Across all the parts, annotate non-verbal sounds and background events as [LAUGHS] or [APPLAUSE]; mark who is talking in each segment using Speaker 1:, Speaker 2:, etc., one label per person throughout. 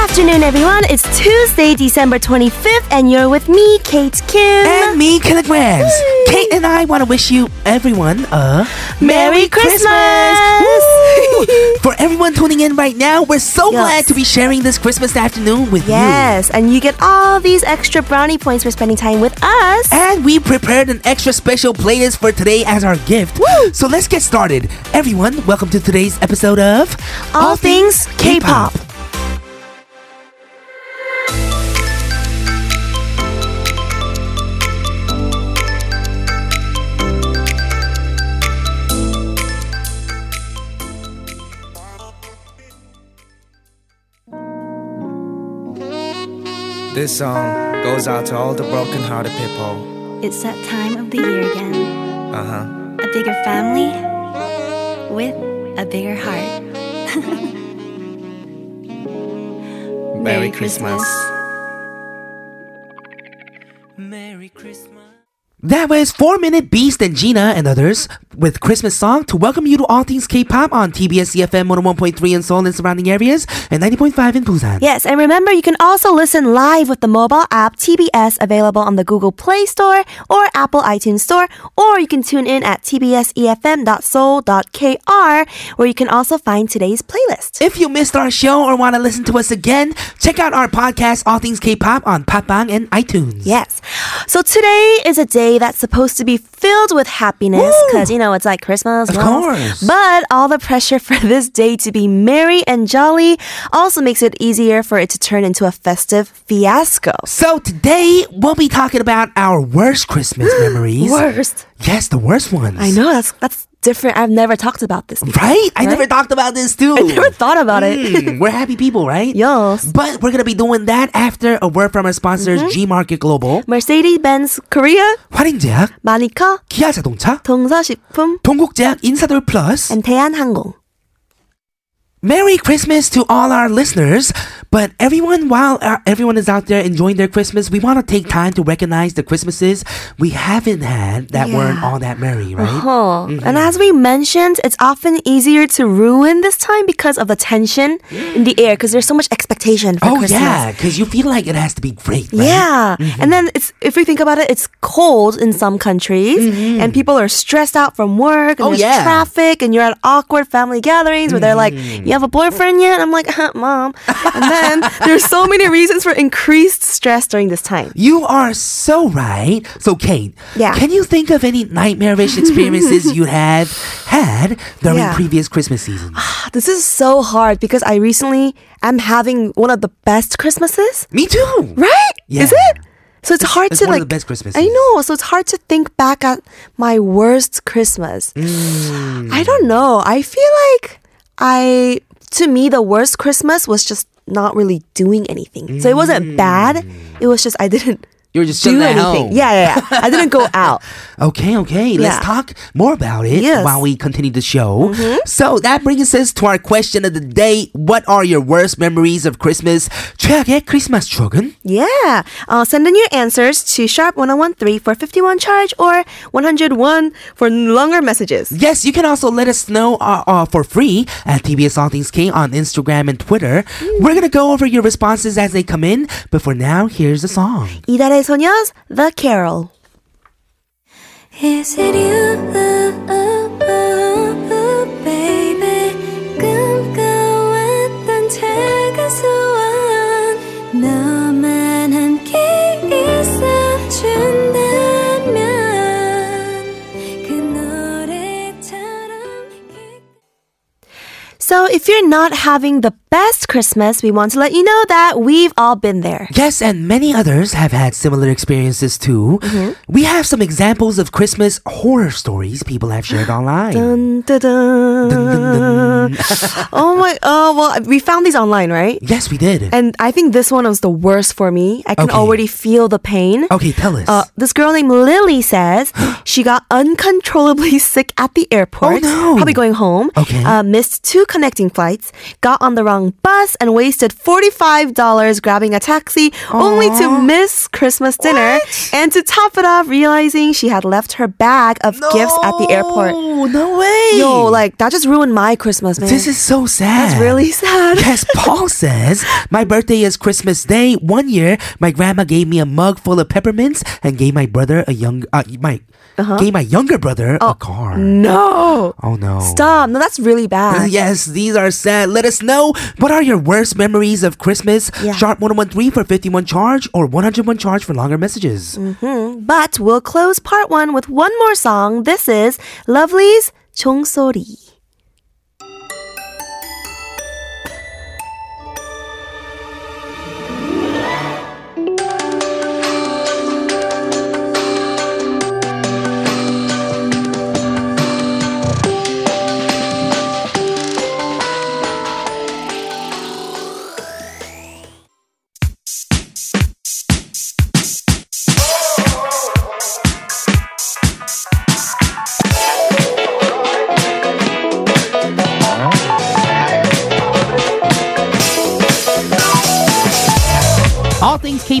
Speaker 1: afternoon, everyone. It's Tuesday, December 25th, and you're with me, Kate Kim.
Speaker 2: And me, Kilograms.
Speaker 1: Hey.
Speaker 2: Kate and I want to wish you, everyone, a
Speaker 1: Merry Christmas.
Speaker 2: Woo! For everyone tuning in right now, we're so
Speaker 1: Yes.
Speaker 2: glad to be sharing this Christmas afternoon with you.
Speaker 1: yes, and you get all these extra brownie points for spending time with us.
Speaker 2: And we prepared an extra special playlist for today as our gift.
Speaker 1: Woo!
Speaker 2: So let's get started. Everyone, welcome to today's episode of
Speaker 1: All Things K-Pop.
Speaker 3: This song goes out to all the broken-hearted people.
Speaker 4: It's that time of the year again.
Speaker 3: Uh huh.
Speaker 4: A bigger family with a bigger heart.
Speaker 3: Merry Christmas.
Speaker 2: That was 4 Minute Beast and Gina and others with Christmas song to welcome you to All Things K-Pop on TBS CFM 101.3 in Seoul and surrounding areas and 90.5 in Busan.
Speaker 1: Yes, and remember, you can also listen live with the mobile app TBS available on the Google Play Store or Apple iTunes Store, or you can tune in at E tbsefm.soul.kr, where you can also find today's playlist.
Speaker 2: If you missed our show or want to listen to us again, check out our podcast All Things K-Pop on Popbang and iTunes.
Speaker 1: Yes. So today is a day that's supposed to be filled with happiness because, you know, it's like Christmas.
Speaker 2: Of
Speaker 1: Christmas.
Speaker 2: course.
Speaker 1: But all the pressure [LAUGHS] for this day to be merry and jolly also makes it easier for it to turn into a festive fiasco.
Speaker 2: So today we'll be talking about our
Speaker 1: [GASPS]
Speaker 2: worst Christmas memories.
Speaker 1: Worst.
Speaker 2: Yes, the worst ones.
Speaker 1: I know, that's, that's different. I've never talked about this.
Speaker 2: Right? I never talked about this too.
Speaker 1: I never thought about it.
Speaker 2: Hmm, we're happy people, right?
Speaker 1: [LAUGHS] Yes.
Speaker 2: But we're gonna be doing that after a word from our sponsors,
Speaker 1: Mm-hmm.
Speaker 2: G Market Global,
Speaker 1: Mercedes Benz Korea,
Speaker 2: 화린제약,
Speaker 1: 마니카,
Speaker 2: 기아 자동차,
Speaker 1: 동서식품,
Speaker 2: 동국제약, 인사돌 플러스.
Speaker 1: and 대한항공.
Speaker 2: Merry Christmas to all our listeners. But everyone, while uh, everyone is out there enjoying their Christmas, we want to take time to recognize the Christmases we haven't had that weren't all that merry,
Speaker 1: Oh,
Speaker 2: right?
Speaker 1: Huh. And as we mentioned, it's often easier to ruin this time because of the tension in the air because there's so much expectation for
Speaker 2: Oh
Speaker 1: Christmas.
Speaker 2: yeah, because you feel like it has to be great, right?
Speaker 1: Yeah. And then it's if we think about it, it's cold in some countries and people are stressed out from work and
Speaker 2: Oh,
Speaker 1: there's
Speaker 2: yeah.
Speaker 1: traffic and you're at awkward family gatherings where they're like, You have a boyfriend yet? I'm like, "Uh, mom. And [LAUGHS] then there's so many reasons for increased stress during this time.
Speaker 2: You are so right. So Kate,
Speaker 1: Yeah.
Speaker 2: can you think of any
Speaker 1: [LAUGHS]
Speaker 2: nightmarish experiences you have had during
Speaker 1: Yeah.
Speaker 2: previous Christmas seasons?
Speaker 1: This is so hard because I recently am having one of the best Christmases.
Speaker 2: Me too.
Speaker 1: Right?
Speaker 2: Yeah.
Speaker 1: Is it? So it's hard
Speaker 2: It's
Speaker 1: to
Speaker 2: one
Speaker 1: like
Speaker 2: of the best Christmases.
Speaker 1: I know. So it's hard to think back at my worst Christmas.
Speaker 2: Mm.
Speaker 1: I don't know. I feel like I to me the worst Christmas was just not really doing anything. So it
Speaker 2: Mm.
Speaker 1: wasn't bad. It was just I
Speaker 2: [LAUGHS]
Speaker 1: didn't
Speaker 2: You were just
Speaker 1: do
Speaker 2: chilling at
Speaker 1: anything.
Speaker 2: home.
Speaker 1: Yeah, yeah, yeah. I didn't
Speaker 2: [LAUGHS]
Speaker 1: go out.
Speaker 2: Okay, okay.
Speaker 1: Yeah.
Speaker 2: Let's talk more about it
Speaker 1: Yes. Mm-hmm.
Speaker 2: while we continue the show. So that brings us to our question of the day. What are your worst memories of Christmas? 최악의 크리스마스 추억은?
Speaker 1: Yeah. Uh, send in your answers to sharp1013 for 51 charge or 101 for longer messages.
Speaker 2: Yes, you can also let us know uh, uh, for free at TBS All Things K on Instagram and Twitter.
Speaker 1: Mm.
Speaker 2: We're going to go over your responses as they come in. But for now, here's the song.
Speaker 1: 이달의 소녀's The Carol.
Speaker 4: Is it you, baby? 꿈꿔왔던 차가운 너만 함께 있어준다면 그 노래처럼
Speaker 1: So, if you're not having the best Christmas, we want to let you know that we've all been there.
Speaker 2: Yes, and many others have had similar experiences too.
Speaker 1: Mm-hmm.
Speaker 2: We have some examples of Christmas horror stories people
Speaker 1: [GASPS]
Speaker 2: have shared online.
Speaker 1: Dun, dun, dun. [LAUGHS] oh my, oh, well, we found these online, right?
Speaker 2: Yes, we did.
Speaker 1: And I think this one was the worst for me. I can
Speaker 2: Okay.
Speaker 1: already feel the pain.
Speaker 2: okay, tell us.
Speaker 1: Uh, this girl named Lily
Speaker 2: [GASPS]
Speaker 1: says she got uncontrollably [LAUGHS] sick at the airport.
Speaker 2: Oh, no.
Speaker 1: Probably going home.
Speaker 2: Okay.
Speaker 1: Uh, missed two connecting taking flights, got on the wrong bus, and wasted $45 grabbing a taxi only to miss Christmas dinner. And to top it off, realizing she had left her bag of gifts at the airport.
Speaker 2: No, no way.
Speaker 1: Yo, like, that just ruined my Christmas, man.
Speaker 2: This is so sad.
Speaker 1: That's really sad.
Speaker 2: Yes,
Speaker 1: [LAUGHS]
Speaker 2: Paul says, My birthday is Christmas Day. One year, my grandma gave me a mug full of peppermints and gave my brother a young, uh, my,
Speaker 1: Uh-huh.
Speaker 2: gave my younger brother a car.
Speaker 1: No.
Speaker 2: Oh no.
Speaker 1: Oh. Stop. No, that's really bad.
Speaker 2: Yes, these are sad. Let us know what are your worst memories of Christmas.
Speaker 1: Yeah.
Speaker 2: Sharp 1013 for 51 charge or 101 charge for longer messages.
Speaker 1: Mm. Hmm, But we'll close part one with one more song. This is Lovely's 종소리.
Speaker 2: All things K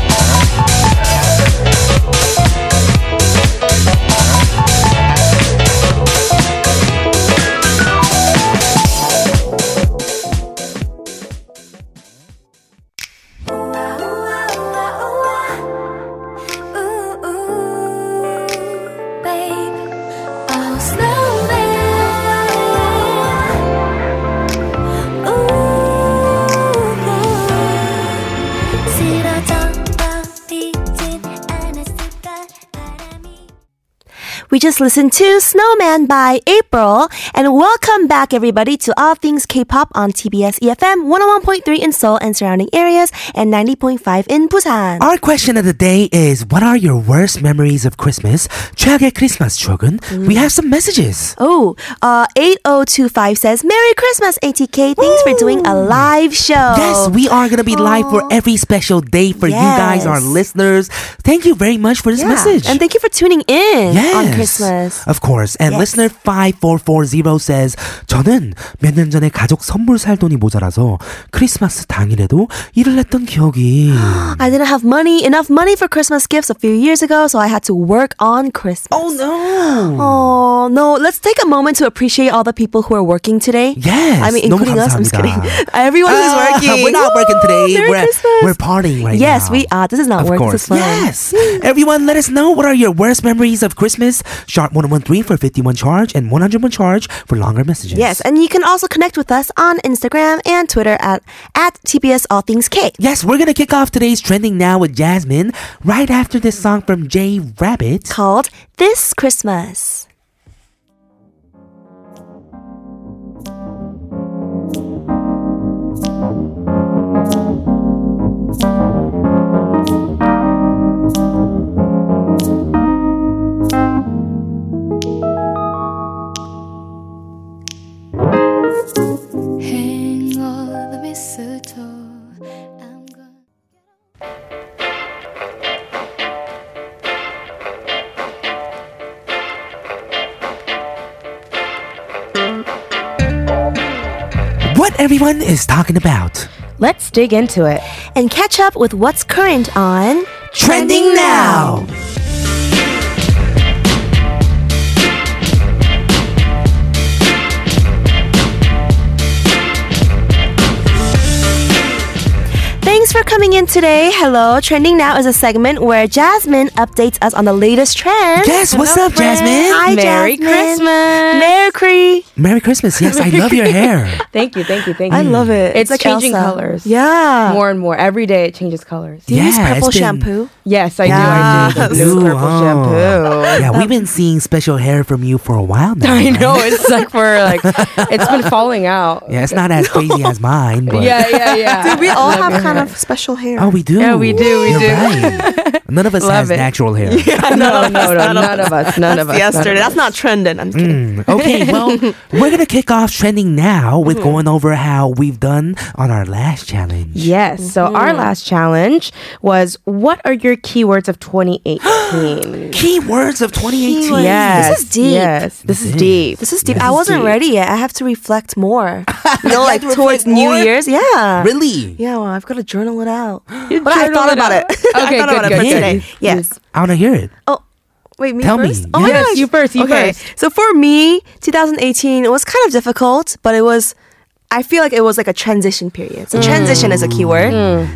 Speaker 1: We just listened to Snowman by April. And welcome back, everybody, to All Things K-Pop on TBS EFM 101.3 in Seoul and surrounding areas and 90.5 in Busan.
Speaker 2: Our question of the day is What are your worst memories of Christmas? 최악의 크리스마스 추억은? We have some messages.
Speaker 1: Oh, uh, 8025 says, Merry Christmas, ATK. Thanks for doing a live show.
Speaker 2: Yes, we are going to be live for every special day for you guys, our
Speaker 1: Oh. Yes.
Speaker 2: listeners. Thank you very much for this
Speaker 1: Yeah.
Speaker 2: message.
Speaker 1: And thank you for tuning in
Speaker 2: Yes.
Speaker 1: on Christmas.
Speaker 2: Of course. And
Speaker 1: Yes.
Speaker 2: listener 5440 says, 저는 몇 년 전에 가족 선물 살 돈이 모자라서 크리스마스 당일에도 일을 했던
Speaker 1: [GASPS]
Speaker 2: 기억이.
Speaker 1: I didn't have money, enough money for Christmas gifts a few years ago, so I had to work on Christmas.
Speaker 2: oh no.
Speaker 1: Oh no, let's take a moment to appreciate all the people who are working today.
Speaker 2: Yes,
Speaker 1: I mean,
Speaker 2: 너무
Speaker 1: including us. I'm just kidding. [LAUGHS]
Speaker 2: 감사합니다.
Speaker 1: Everyone who's
Speaker 2: Ah,
Speaker 1: working.
Speaker 2: We're not working
Speaker 1: Woo!
Speaker 2: today.
Speaker 1: Merry
Speaker 2: we're,
Speaker 1: Christmas.
Speaker 2: we're partying right
Speaker 1: yes,
Speaker 2: now.
Speaker 1: we are. This is not
Speaker 2: Of
Speaker 1: work. This
Speaker 2: course.
Speaker 1: is fun.
Speaker 2: Yes. Everyone, let us know what are your worst memories of Christmas. Sharp 1013 for 51 charge and 101 charge for longer messages.
Speaker 1: Yes, and you can also connect with us on Instagram and Twitter at at TBS All Things K.
Speaker 2: Yes, we're going to kick off today's trending now with Jasmine right after this song from Jay Rabbit.
Speaker 1: called This Christmas.
Speaker 4: Hang all the mistletoe. I'm gonna.
Speaker 2: What everyone is talking about.
Speaker 5: Let's dig into it.
Speaker 1: And catch up with what's current on
Speaker 2: Trending now.
Speaker 1: Thanks for coming in today. Hello, Trending Now is a segment where Jasmine updates us on the latest trends.
Speaker 2: Yes, what's up, Jasmine?
Speaker 1: Hi,
Speaker 5: Merry
Speaker 1: Jasmine.
Speaker 5: Christmas.
Speaker 1: Merry Cree.
Speaker 2: Merry Christmas. Yes, I love your
Speaker 1: [LAUGHS]
Speaker 2: hair.
Speaker 5: Thank you, thank you, thank you.
Speaker 2: Mm.
Speaker 1: I love it.
Speaker 5: It's,
Speaker 1: like
Speaker 5: changing
Speaker 1: Elsa.
Speaker 5: colors.
Speaker 1: Yeah.
Speaker 5: More and more. Every day it changes colors.
Speaker 1: Do you use
Speaker 2: Yeah, it's
Speaker 1: purple
Speaker 2: been-
Speaker 1: shampoo?
Speaker 5: [LAUGHS] Yes, I do. I do. The
Speaker 2: Yes.
Speaker 5: blue
Speaker 2: Ooh,
Speaker 5: purple
Speaker 2: oh.
Speaker 5: shampoo. [LAUGHS]
Speaker 2: Yeah, we've
Speaker 1: [LAUGHS]
Speaker 2: been seeing special hair from you for a while now.
Speaker 5: I
Speaker 2: right?
Speaker 5: know. It's like for like, it's been falling out.
Speaker 2: Yeah, it's not as crazy as mine, but
Speaker 5: Yeah, yeah, yeah.
Speaker 1: We all
Speaker 5: Love
Speaker 1: [LAUGHS] have
Speaker 5: your
Speaker 1: kind
Speaker 5: hair.
Speaker 1: of special hair. hair.
Speaker 2: Oh, we do.
Speaker 5: Yeah, we do, we
Speaker 2: You're
Speaker 5: do.
Speaker 2: Right.
Speaker 1: [LAUGHS]
Speaker 2: None of us
Speaker 5: Love
Speaker 2: has
Speaker 5: it.
Speaker 2: natural hair.
Speaker 5: [LAUGHS] no, no, no, none of us, none
Speaker 1: That's
Speaker 5: of us.
Speaker 1: yesterday.
Speaker 5: none of
Speaker 1: That's not trending. I'm just kidding.
Speaker 2: Mm, okay,
Speaker 1: [LAUGHS]
Speaker 2: well, we're gonna kick off trending now with
Speaker 1: Mm-hmm.
Speaker 2: going over how we've done on our last challenge.
Speaker 5: Yes. So
Speaker 1: Mm-hmm.
Speaker 5: our last challenge was what are your keywords
Speaker 1: [GASPS]
Speaker 5: of 2018?
Speaker 2: Keywords of 2018.
Speaker 1: Keywords.
Speaker 5: yes.
Speaker 1: This is deep.
Speaker 5: Yes. This is deep.
Speaker 1: This is deep. I wasn't
Speaker 5: deep.
Speaker 1: ready yet. I have to reflect more. You know,
Speaker 2: [LAUGHS] You
Speaker 1: like
Speaker 2: have to
Speaker 1: towards
Speaker 2: reflect more?
Speaker 1: New Year's. Yeah.
Speaker 2: Really?
Speaker 1: Yeah, well, I've got to journal it out. but I thought
Speaker 5: it
Speaker 1: about
Speaker 5: out.
Speaker 1: it. [LAUGHS] I
Speaker 5: Okay,
Speaker 1: thought
Speaker 5: good,
Speaker 1: about it
Speaker 5: good,
Speaker 1: for
Speaker 2: good.
Speaker 1: today. Yes.
Speaker 2: I wanna hear it.
Speaker 1: Oh, wait, me
Speaker 2: Tell me.
Speaker 1: first? Oh my
Speaker 2: Yes,
Speaker 1: gosh.
Speaker 5: you first, you
Speaker 1: okay.
Speaker 5: first.
Speaker 1: So for me, 2018, it was kind of difficult, but it was, I feel like it was like a transition period. So transition is a keyword.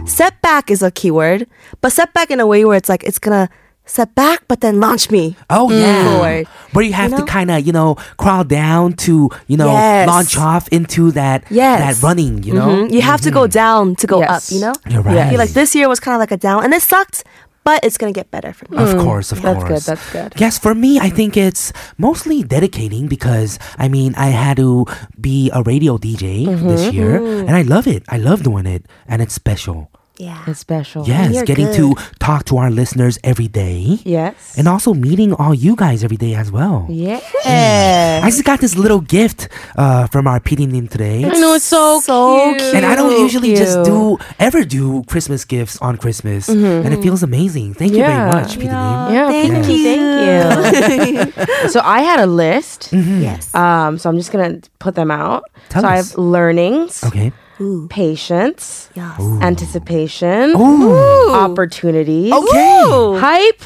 Speaker 1: Setback is a keyword, but setback in a way where it's like, it's going to set back, but then launch me.
Speaker 2: Oh yeah,
Speaker 1: Forward.
Speaker 2: where you have
Speaker 1: Mm, You
Speaker 2: to
Speaker 1: know?
Speaker 2: kind of you know crawl down to you know
Speaker 1: Yes.
Speaker 2: launch off into that
Speaker 1: Yes.
Speaker 2: that running. You know,
Speaker 1: Mhm. You have to go down to go
Speaker 5: Yes.
Speaker 1: up, you know?
Speaker 2: You're right.
Speaker 1: I feel like this year was kind of like a down, and it sucked, but it's going to get better for me.
Speaker 2: Of course, of
Speaker 5: Mm, That's good.
Speaker 2: course.
Speaker 5: That's good.
Speaker 2: Yes, for me, I think it's mostly dedicating because I mean, I had to be a radio DJ
Speaker 5: Mm-hmm,
Speaker 2: this year, and I love it. I love doing it, and it's special.
Speaker 1: Yeah.
Speaker 5: It's special.
Speaker 2: Yes,
Speaker 1: you're
Speaker 2: getting to talk to our listeners every day,
Speaker 5: Yes.
Speaker 2: and also meeting all you guys every day as well.
Speaker 5: yeah.
Speaker 2: I just got this little gift uh, from our PD team today.
Speaker 5: I know it's so,
Speaker 1: So
Speaker 5: cute.
Speaker 1: cute.
Speaker 2: And I don't usually just
Speaker 5: Cute.
Speaker 2: do ever do Christmas gifts on Christmas, and it feels amazing. Thank you very
Speaker 5: Yeah.
Speaker 2: much, PD Nim.
Speaker 5: Mm-hmm. Yeah,
Speaker 1: Thank
Speaker 5: please,
Speaker 1: you. [LAUGHS]
Speaker 5: thank [LAUGHS] so I had a list.
Speaker 1: yes.
Speaker 5: Um, so I'm just gonna put them out.
Speaker 2: Mm-hmm. Tell
Speaker 5: so I
Speaker 2: us.
Speaker 5: have learnings,
Speaker 2: Okay.
Speaker 1: Ooh.
Speaker 5: patience,
Speaker 1: Yes.
Speaker 5: anticipation,
Speaker 2: Ooh.
Speaker 5: opportunities,
Speaker 2: Okay.
Speaker 5: hype,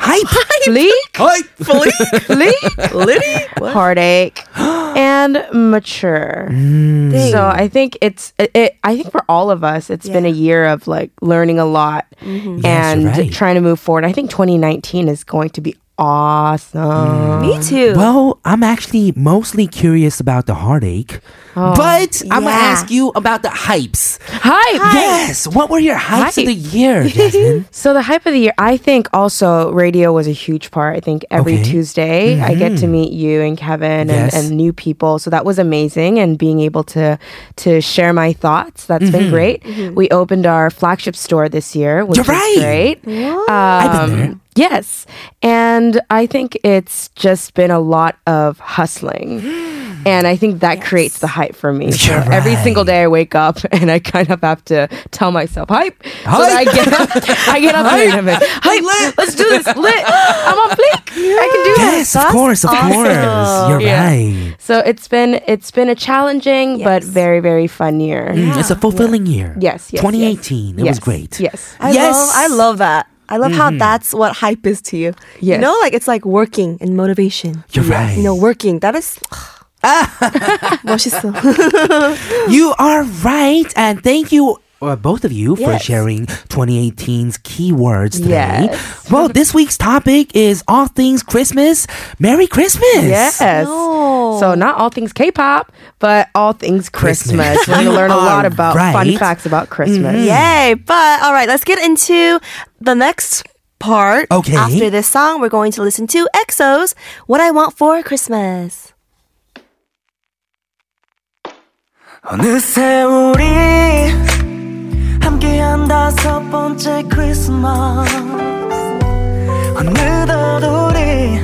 Speaker 2: Hype.
Speaker 5: [LAUGHS]
Speaker 2: [LAUGHS]
Speaker 5: leak,
Speaker 2: Hype.
Speaker 5: leak, [LAUGHS]
Speaker 2: [GASPS]
Speaker 5: heartache, and mature.
Speaker 2: Mm.
Speaker 5: So I think it's it, it. I think for all of us, it's been a year of like learning a lot
Speaker 1: Mm-hmm.
Speaker 2: Yes,
Speaker 5: and
Speaker 2: you're right.
Speaker 5: trying to move forward. I think 2019 is going to be awesome.
Speaker 1: Me
Speaker 2: Mm.
Speaker 1: too.
Speaker 2: Well, I'm actually mostly curious about the heartache,
Speaker 5: Oh,
Speaker 2: but I'm gonna
Speaker 1: Yeah.
Speaker 2: ask you about the hypes.
Speaker 5: Hype.
Speaker 2: Yes, what were your hypes of the
Speaker 5: [LAUGHS]
Speaker 2: year, Jasmine?
Speaker 5: So the hype of the year, I think also radio was a huge part. I think every
Speaker 2: Okay. Mm-hmm.
Speaker 5: Tuesday I get to meet you and Kevin
Speaker 2: Yes.
Speaker 5: and, and new people. So that was amazing and being able to to share my thoughts. That's
Speaker 2: Mm-hmm.
Speaker 5: been great. We opened our flagship store this year, which
Speaker 2: You're right.
Speaker 5: is great.
Speaker 2: I've been
Speaker 5: Um,
Speaker 2: there.
Speaker 5: Yes. And I think it's just been a lot of hustling. And I think that creates the hype for me. So
Speaker 2: You're
Speaker 5: Every single
Speaker 2: right.
Speaker 5: day I wake up [LAUGHS] and I kind of have to tell myself, hype. So that I get up, I get up and I'm like, hype, let's do this, lit. I'm on fleek. I can do
Speaker 2: Yes,
Speaker 5: this.
Speaker 2: of course, of
Speaker 1: awesome.
Speaker 2: course. You're
Speaker 5: Yeah.
Speaker 2: right.
Speaker 5: So it's been it's been a challenging but
Speaker 1: Yes.
Speaker 5: very very fun year.
Speaker 2: Mm, It's a fulfilling year.
Speaker 5: Yes, yes, yes.
Speaker 2: 2018. It was
Speaker 5: Yes,
Speaker 2: great.
Speaker 5: Yes.
Speaker 1: I
Speaker 2: yes.
Speaker 1: Love, I love that. I love how that's what hype is to you. You
Speaker 5: Yes.
Speaker 1: know, like it's like working and motivation.
Speaker 2: You're right.
Speaker 1: You know, working. That [LAUGHS] is. 멋있어.
Speaker 2: You are right, and thank you. Uh, both of you for
Speaker 1: Yes.
Speaker 2: sharing 2018's keywords today.
Speaker 5: Yes.
Speaker 2: Well, this week's topic is all things Christmas. Merry Christmas!
Speaker 5: Yes. So not all things K-pop, but all things Christmas.
Speaker 2: Christmas.
Speaker 5: We're going to learn a lot
Speaker 2: You are
Speaker 5: about fun
Speaker 2: right.
Speaker 5: facts about Christmas.
Speaker 1: Mm. Yay. But all right, let's get into the next part.
Speaker 2: Okay.
Speaker 1: After this song, we're going to listen to EXO's What I Want for Christmas.
Speaker 6: 어느새 우리 함께한 다섯 번째 크리스마스 어느덧 우리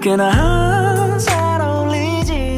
Speaker 6: 꽤나 잘 어울리지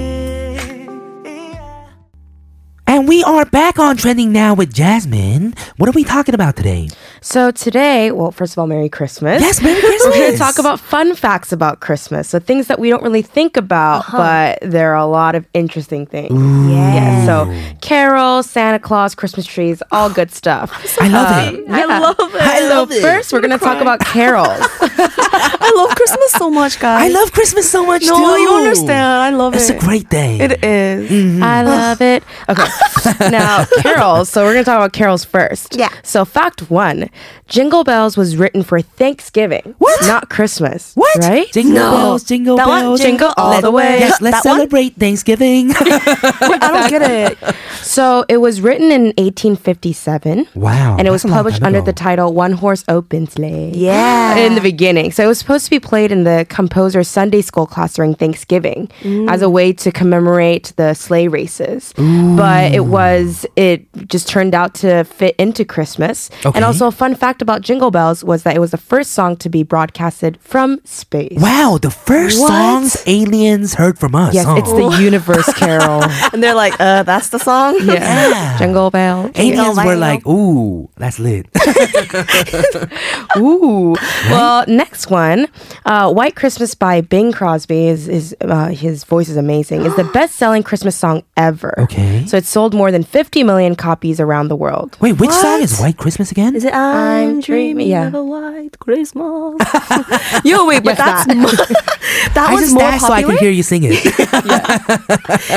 Speaker 2: And we are back on trending now with Jasmine. What are we talking about today?
Speaker 5: So today, well, first of all, Merry Christmas.
Speaker 2: Yes, Merry
Speaker 5: [LAUGHS] We're going
Speaker 2: Christmas.
Speaker 5: to talk about fun facts about Christmas. So things that we don't really think about, but there are a lot of interesting things. Yeah. So carols, Santa Claus, Christmas trees, all good stuff.
Speaker 2: I love
Speaker 1: Um, [LAUGHS]
Speaker 2: it.
Speaker 5: I love it. I love so First, we're going to talk about carols.
Speaker 1: I love Christmas so [LAUGHS] much,
Speaker 2: I
Speaker 1: guys.
Speaker 2: love Christmas so much
Speaker 1: No,
Speaker 2: too.
Speaker 1: you understand. I love
Speaker 2: It's
Speaker 1: it.
Speaker 2: a great day.
Speaker 1: It is.
Speaker 5: I love it. Okay. now, carols. So we're going to talk about carols first.
Speaker 1: Yeah.
Speaker 5: So, fact one Jingle Bells was written for Thanksgiving.
Speaker 2: What?
Speaker 5: Not Christmas.
Speaker 2: What?
Speaker 5: Right?
Speaker 2: Jingle
Speaker 1: No.
Speaker 2: bells, jingle
Speaker 1: That one?
Speaker 2: bells.
Speaker 1: Jingle all
Speaker 2: Let-
Speaker 1: the way.
Speaker 2: Yes, let's
Speaker 1: That one?
Speaker 2: celebrate
Speaker 1: [LAUGHS]
Speaker 2: Thanksgiving.
Speaker 1: I don't get it.
Speaker 5: So, it was written in 1857.
Speaker 2: wow.
Speaker 5: And it was
Speaker 2: that's a long
Speaker 5: published
Speaker 2: time
Speaker 5: under
Speaker 2: ago.
Speaker 5: the title One Horse Open Sleigh.
Speaker 1: Yeah.
Speaker 5: In the beginning. So it was supposed to be played in the composer's Sunday school class during Thanksgiving as a way to commemorate the sleigh races. But it was it just turned out to fit into Christmas.
Speaker 2: Okay.
Speaker 5: And also, a fun fact about Jingle Bells was that it was the first song to be broadcasted from space.
Speaker 2: Wow, the first
Speaker 1: What?
Speaker 2: songs aliens heard from us. Oh.
Speaker 5: Yes,
Speaker 2: huh?
Speaker 5: it's the
Speaker 2: [LAUGHS]
Speaker 5: universe carol.
Speaker 1: and they're like, uh, that's the [LAUGHS] song?
Speaker 5: yeah. Jingle Bells.
Speaker 2: aliens
Speaker 1: Yeah,
Speaker 2: were
Speaker 1: vinyl.
Speaker 2: like, ooh, that's lit.
Speaker 5: Ooh. Well, next one, uh, "White Christmas" by Bing Crosby is, is uh, his voice is amazing. It's the best-selling Christmas song ever.
Speaker 2: Okay.
Speaker 5: So it's sold more than 50 million copies around the world.
Speaker 2: Wait, which song is White Christmas again?
Speaker 1: Is it I'm, dreaming
Speaker 5: yeah.
Speaker 1: of a white Christmas? Yo, wait, but
Speaker 5: Yes,
Speaker 1: that's
Speaker 5: that.
Speaker 1: mo- that
Speaker 2: I
Speaker 1: was
Speaker 2: just
Speaker 1: more
Speaker 2: asked so I
Speaker 1: popular.
Speaker 2: can hear you sing it.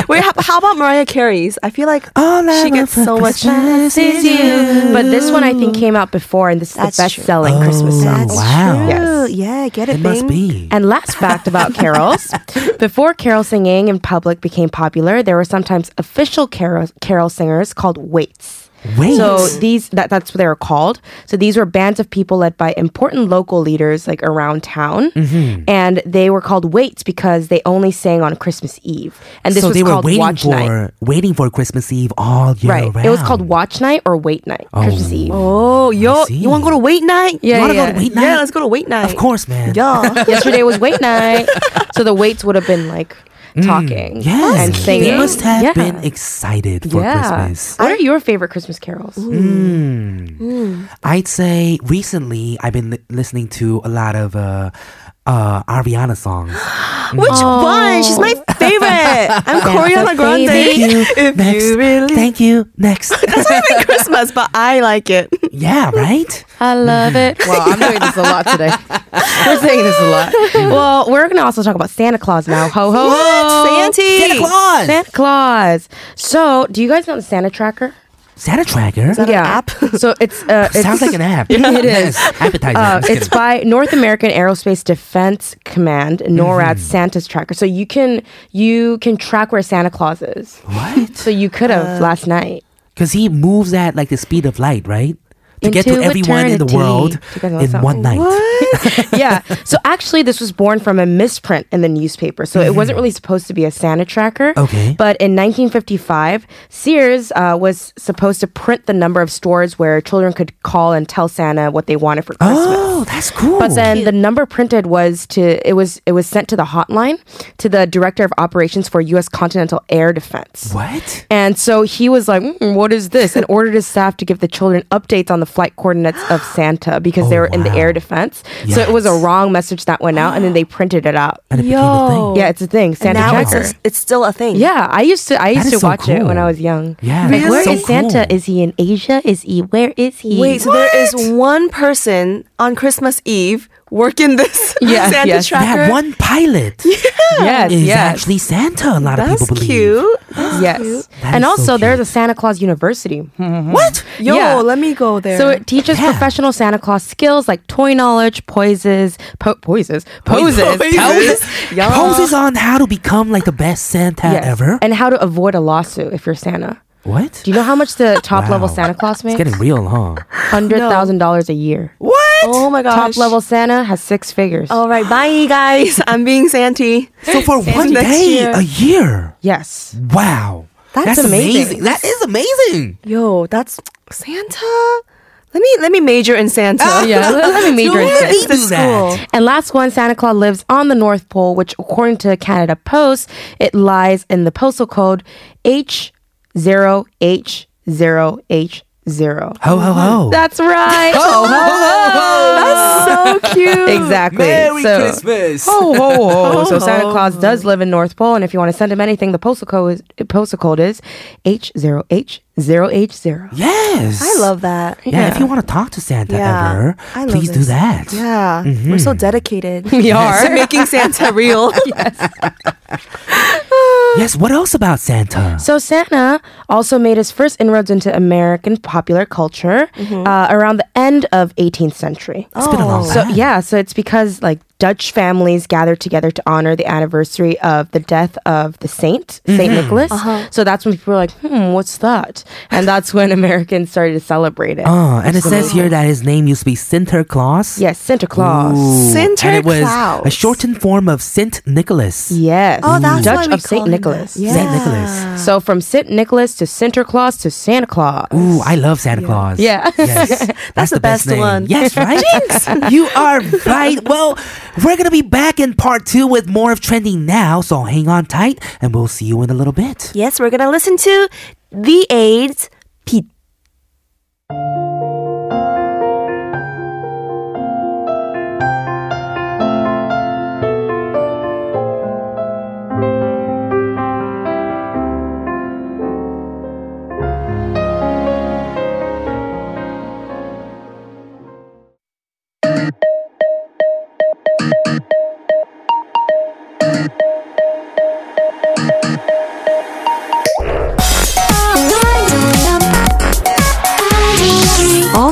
Speaker 5: [LAUGHS]
Speaker 1: wait, how, how about Mariah Carey's? I feel like
Speaker 2: All I
Speaker 1: she
Speaker 2: want
Speaker 1: gets
Speaker 2: for
Speaker 1: so much.
Speaker 2: Christmas is
Speaker 5: But this one I think came out before, and this is
Speaker 1: That's
Speaker 5: the
Speaker 1: true.
Speaker 5: best-selling
Speaker 2: Oh,
Speaker 5: Christmas song.
Speaker 1: That's
Speaker 2: Wow.
Speaker 1: true.
Speaker 5: Yes.
Speaker 1: Yeah, get it,
Speaker 2: It must
Speaker 1: Bing.
Speaker 2: be.
Speaker 5: And last fact about carols before carol singing in public became popular, there were sometimes official carol, carol singers called waits.
Speaker 2: Wait.
Speaker 5: So these that that's what they were called. So these were bands of people led by important local leaders like around town,
Speaker 2: Mm-hmm.
Speaker 5: and they were called waits because they only sang on Christmas Eve, and this
Speaker 2: so
Speaker 5: was
Speaker 2: they were
Speaker 5: called
Speaker 2: waiting
Speaker 5: watch
Speaker 2: for
Speaker 5: night.
Speaker 2: waiting for Christmas Eve all year
Speaker 5: Right.
Speaker 2: round.
Speaker 5: It was called watch night or wait night. Christmas Eve.
Speaker 2: [LAUGHS]
Speaker 1: Oh, yo,
Speaker 2: see.
Speaker 1: you want to go to wait night?
Speaker 5: Yeah,
Speaker 1: You wanna
Speaker 5: yeah,
Speaker 1: go to
Speaker 5: yeah.
Speaker 1: wait night? Yeah, let's go to wait night.
Speaker 2: Of course, man.
Speaker 5: [LAUGHS]
Speaker 1: Yeah.
Speaker 5: Yesterday was wait night, so the waits would have been like talking
Speaker 2: Mm. Yes.
Speaker 5: and singing.
Speaker 2: They must have
Speaker 5: Yeah.
Speaker 2: been excited for
Speaker 5: yeah.
Speaker 2: Christmas. Hmm.
Speaker 5: What are your favorite Christmas carols? Hmm.
Speaker 2: I'd say recently I've been li- listening to a lot of uh, uh, Ariana
Speaker 5: [GASPS]
Speaker 2: songs.
Speaker 1: Which one? She's my favorite. I'm Coriana
Speaker 5: a
Speaker 1: Grande.
Speaker 5: baby.
Speaker 1: [LAUGHS] If
Speaker 2: Next.
Speaker 1: you really [LAUGHS]
Speaker 2: Thank you.
Speaker 5: [LAUGHS]
Speaker 2: Next.
Speaker 1: It's not even Christmas, but I like it.
Speaker 2: yeah, right?
Speaker 5: I love it. [LAUGHS] Wow, I'm doing this a lot [LAUGHS] today. We're saying this a lot. Well, we're gonna also talk about Santa Claus now. Ho ho ho!
Speaker 1: Santi.
Speaker 2: Santa Claus.
Speaker 5: Santa Claus. So, do you guys know the Santa Tracker?
Speaker 2: Santa Tracker.
Speaker 1: that an
Speaker 5: [LAUGHS]
Speaker 1: app?
Speaker 5: so it's uh, it's,
Speaker 2: Sounds like an app.
Speaker 5: [LAUGHS] it is.
Speaker 2: Yes, Appetizer.
Speaker 5: Uh,
Speaker 2: I'm just
Speaker 5: it's
Speaker 2: kidding.
Speaker 5: by North American Aerospace Defense Command,
Speaker 2: Mm-hmm.
Speaker 5: NORAD's Santa's Tracker. So you can you can track where Santa Claus is.
Speaker 2: what?
Speaker 5: So you could have last night.
Speaker 2: Because he moves at like the speed of light, right? To get to
Speaker 5: Into
Speaker 2: everyone in the
Speaker 5: eternity.
Speaker 2: world
Speaker 5: You guys know
Speaker 2: in
Speaker 5: that
Speaker 2: one
Speaker 5: song?
Speaker 2: night.
Speaker 5: yeah. So actually, this was born from a misprint in the newspaper. So it wasn't really supposed to be a Santa tracker.
Speaker 2: Mm-hmm. Okay.
Speaker 5: But in 1955, Sears uh, was supposed to print the number of stores where children could call and tell Santa what they wanted for Christmas.
Speaker 2: Oh, that's cool.
Speaker 5: But then the number printed was to it was it was sent to the hotline to the director of operations for U.S. Continental Air Defense.
Speaker 2: what?
Speaker 5: And so he was like, mm, "What is this?" and ordered his staff to give the children updates on the flight coordinates
Speaker 2: [GASPS]
Speaker 5: of Santa because they
Speaker 2: Oh,
Speaker 5: were in the
Speaker 2: wow.
Speaker 5: air defense. So it was a
Speaker 2: Yes.
Speaker 5: wrong message that went out, and
Speaker 2: [GASPS]
Speaker 5: then they printed it out.
Speaker 2: And it became a thing.
Speaker 5: Yeah, it's a thing.
Speaker 1: And
Speaker 5: Santa
Speaker 1: now
Speaker 5: tracker.
Speaker 1: it's, a, it's still a thing.
Speaker 5: yeah, I used to I used
Speaker 2: is
Speaker 5: to
Speaker 2: so
Speaker 5: watch it when I
Speaker 2: cool.
Speaker 5: was young.
Speaker 2: Yeah,
Speaker 5: like
Speaker 2: that's
Speaker 5: where is
Speaker 2: so
Speaker 5: Santa?
Speaker 2: cool.
Speaker 5: Is he in Asia? Is he where is he?
Speaker 1: Wait, so there is one person on Christmas Eve working
Speaker 2: [LAUGHS]
Speaker 1: this
Speaker 5: Yes,
Speaker 1: Santa
Speaker 5: yes.
Speaker 1: tracker.
Speaker 2: That one pilot
Speaker 5: yes,
Speaker 2: is
Speaker 5: yes.
Speaker 2: actually Santa, a lot
Speaker 1: That's
Speaker 2: of people believe.
Speaker 1: cute.
Speaker 5: [GASPS] Yes.
Speaker 2: [GASPS] That
Speaker 5: and
Speaker 2: is so
Speaker 5: also, there's
Speaker 2: cute.
Speaker 5: a Santa Claus University.
Speaker 2: Mm-hmm.
Speaker 1: What? Yo,
Speaker 5: Yeah.
Speaker 1: let me go there.
Speaker 5: So it teaches
Speaker 2: Yeah.
Speaker 5: professional Santa Claus skills like toy knowledge, poises, po- poises, poses,
Speaker 2: [LAUGHS] Poses,
Speaker 5: Yeah.
Speaker 2: poses on how to become like the best Santa
Speaker 5: Yes.
Speaker 2: ever.
Speaker 5: And how to avoid a lawsuit if you're Santa.
Speaker 2: what?
Speaker 5: Do you know how much the top level
Speaker 2: Wow.
Speaker 5: Santa Claus
Speaker 2: It's
Speaker 5: makes?
Speaker 2: getting real, huh?
Speaker 5: $100,000 a year.
Speaker 2: What?
Speaker 1: oh my gosh. Oh.
Speaker 5: Top level Santa has six figures.
Speaker 1: All right, bye guys. [LAUGHS] I'm being Santi.
Speaker 2: So for one
Speaker 1: next
Speaker 2: day
Speaker 1: year.
Speaker 2: a year.
Speaker 5: Yes.
Speaker 2: [LAUGHS] Wow.
Speaker 5: That's amazing.
Speaker 2: That is amazing.
Speaker 1: Yo, that's Santa. Let me let me major in
Speaker 2: Ah,
Speaker 1: Santa.
Speaker 5: Yeah, let- let me [LAUGHS] major in
Speaker 2: Why
Speaker 5: Santa.
Speaker 2: did they do that?
Speaker 5: And last one, Santa Claus lives on the North Pole, which, according to Canada Post, it lies in the postal code H0H0H0.
Speaker 2: Ho ho ho.
Speaker 5: That's right. Oh, that's so cute. Exactly.
Speaker 2: Merry
Speaker 5: so, oh,
Speaker 2: Christmas.
Speaker 5: Ho, ho, ho. so
Speaker 1: Ho,
Speaker 5: Santa
Speaker 1: ho,
Speaker 5: Claus does live in North Pole, and if you want to send him anything, the postal code is postal code is H zero H zero H zero.
Speaker 2: Yes.
Speaker 1: I love that.
Speaker 2: Yeah, if you want to talk to Santa
Speaker 1: Yeah.
Speaker 2: ever,
Speaker 1: I love
Speaker 2: please do
Speaker 1: this.
Speaker 2: that. Mm-hmm.
Speaker 1: Yeah, we're so
Speaker 2: [LAUGHS]
Speaker 1: dedicated.
Speaker 5: We are.
Speaker 1: to making Santa real.
Speaker 2: Yes, what else about Santa?
Speaker 5: So Santa also made his first inroads into American popular culture uh, around the end of 18th century.
Speaker 2: Mm-hmm. It's been a long
Speaker 5: So
Speaker 2: time.
Speaker 5: yeah, so it's because like Dutch families gathered together to honor the anniversary of the death of the saint, Saint
Speaker 2: Mm-hmm.
Speaker 5: Nicholas.
Speaker 2: Uh-huh.
Speaker 5: So that's when people were like, hmm, what's that? And that's when [LAUGHS] Americans started to celebrate it.
Speaker 2: Oh, and it says here that his name used to be Sinterklaas.
Speaker 5: Yes, Santa Claus.
Speaker 2: Ooh, And it was a
Speaker 1: Sinterklaas.
Speaker 2: shortened form of Saint Nicholas.
Speaker 5: Yes.
Speaker 1: Oh, that's why
Speaker 5: Dutch
Speaker 1: we
Speaker 5: of Saint
Speaker 1: call him
Speaker 5: Nicholas.
Speaker 1: that. Yeah.
Speaker 2: Saint Nicholas.
Speaker 5: So from Saint Nicholas to Sinterklaas to Santa Claus.
Speaker 2: Ooh, I love Santa Claus.
Speaker 5: Yeah.
Speaker 1: [LAUGHS]
Speaker 2: Yes. That's,
Speaker 1: the best
Speaker 2: name.
Speaker 1: one.
Speaker 2: Yes, right? [LAUGHS] you are right. Well, we're going to be back in part two with more of Trending Now, so hang on tight and we'll see you in a little bit.
Speaker 1: Yes, we're gonna listen to the AIDS Pete.
Speaker 7: All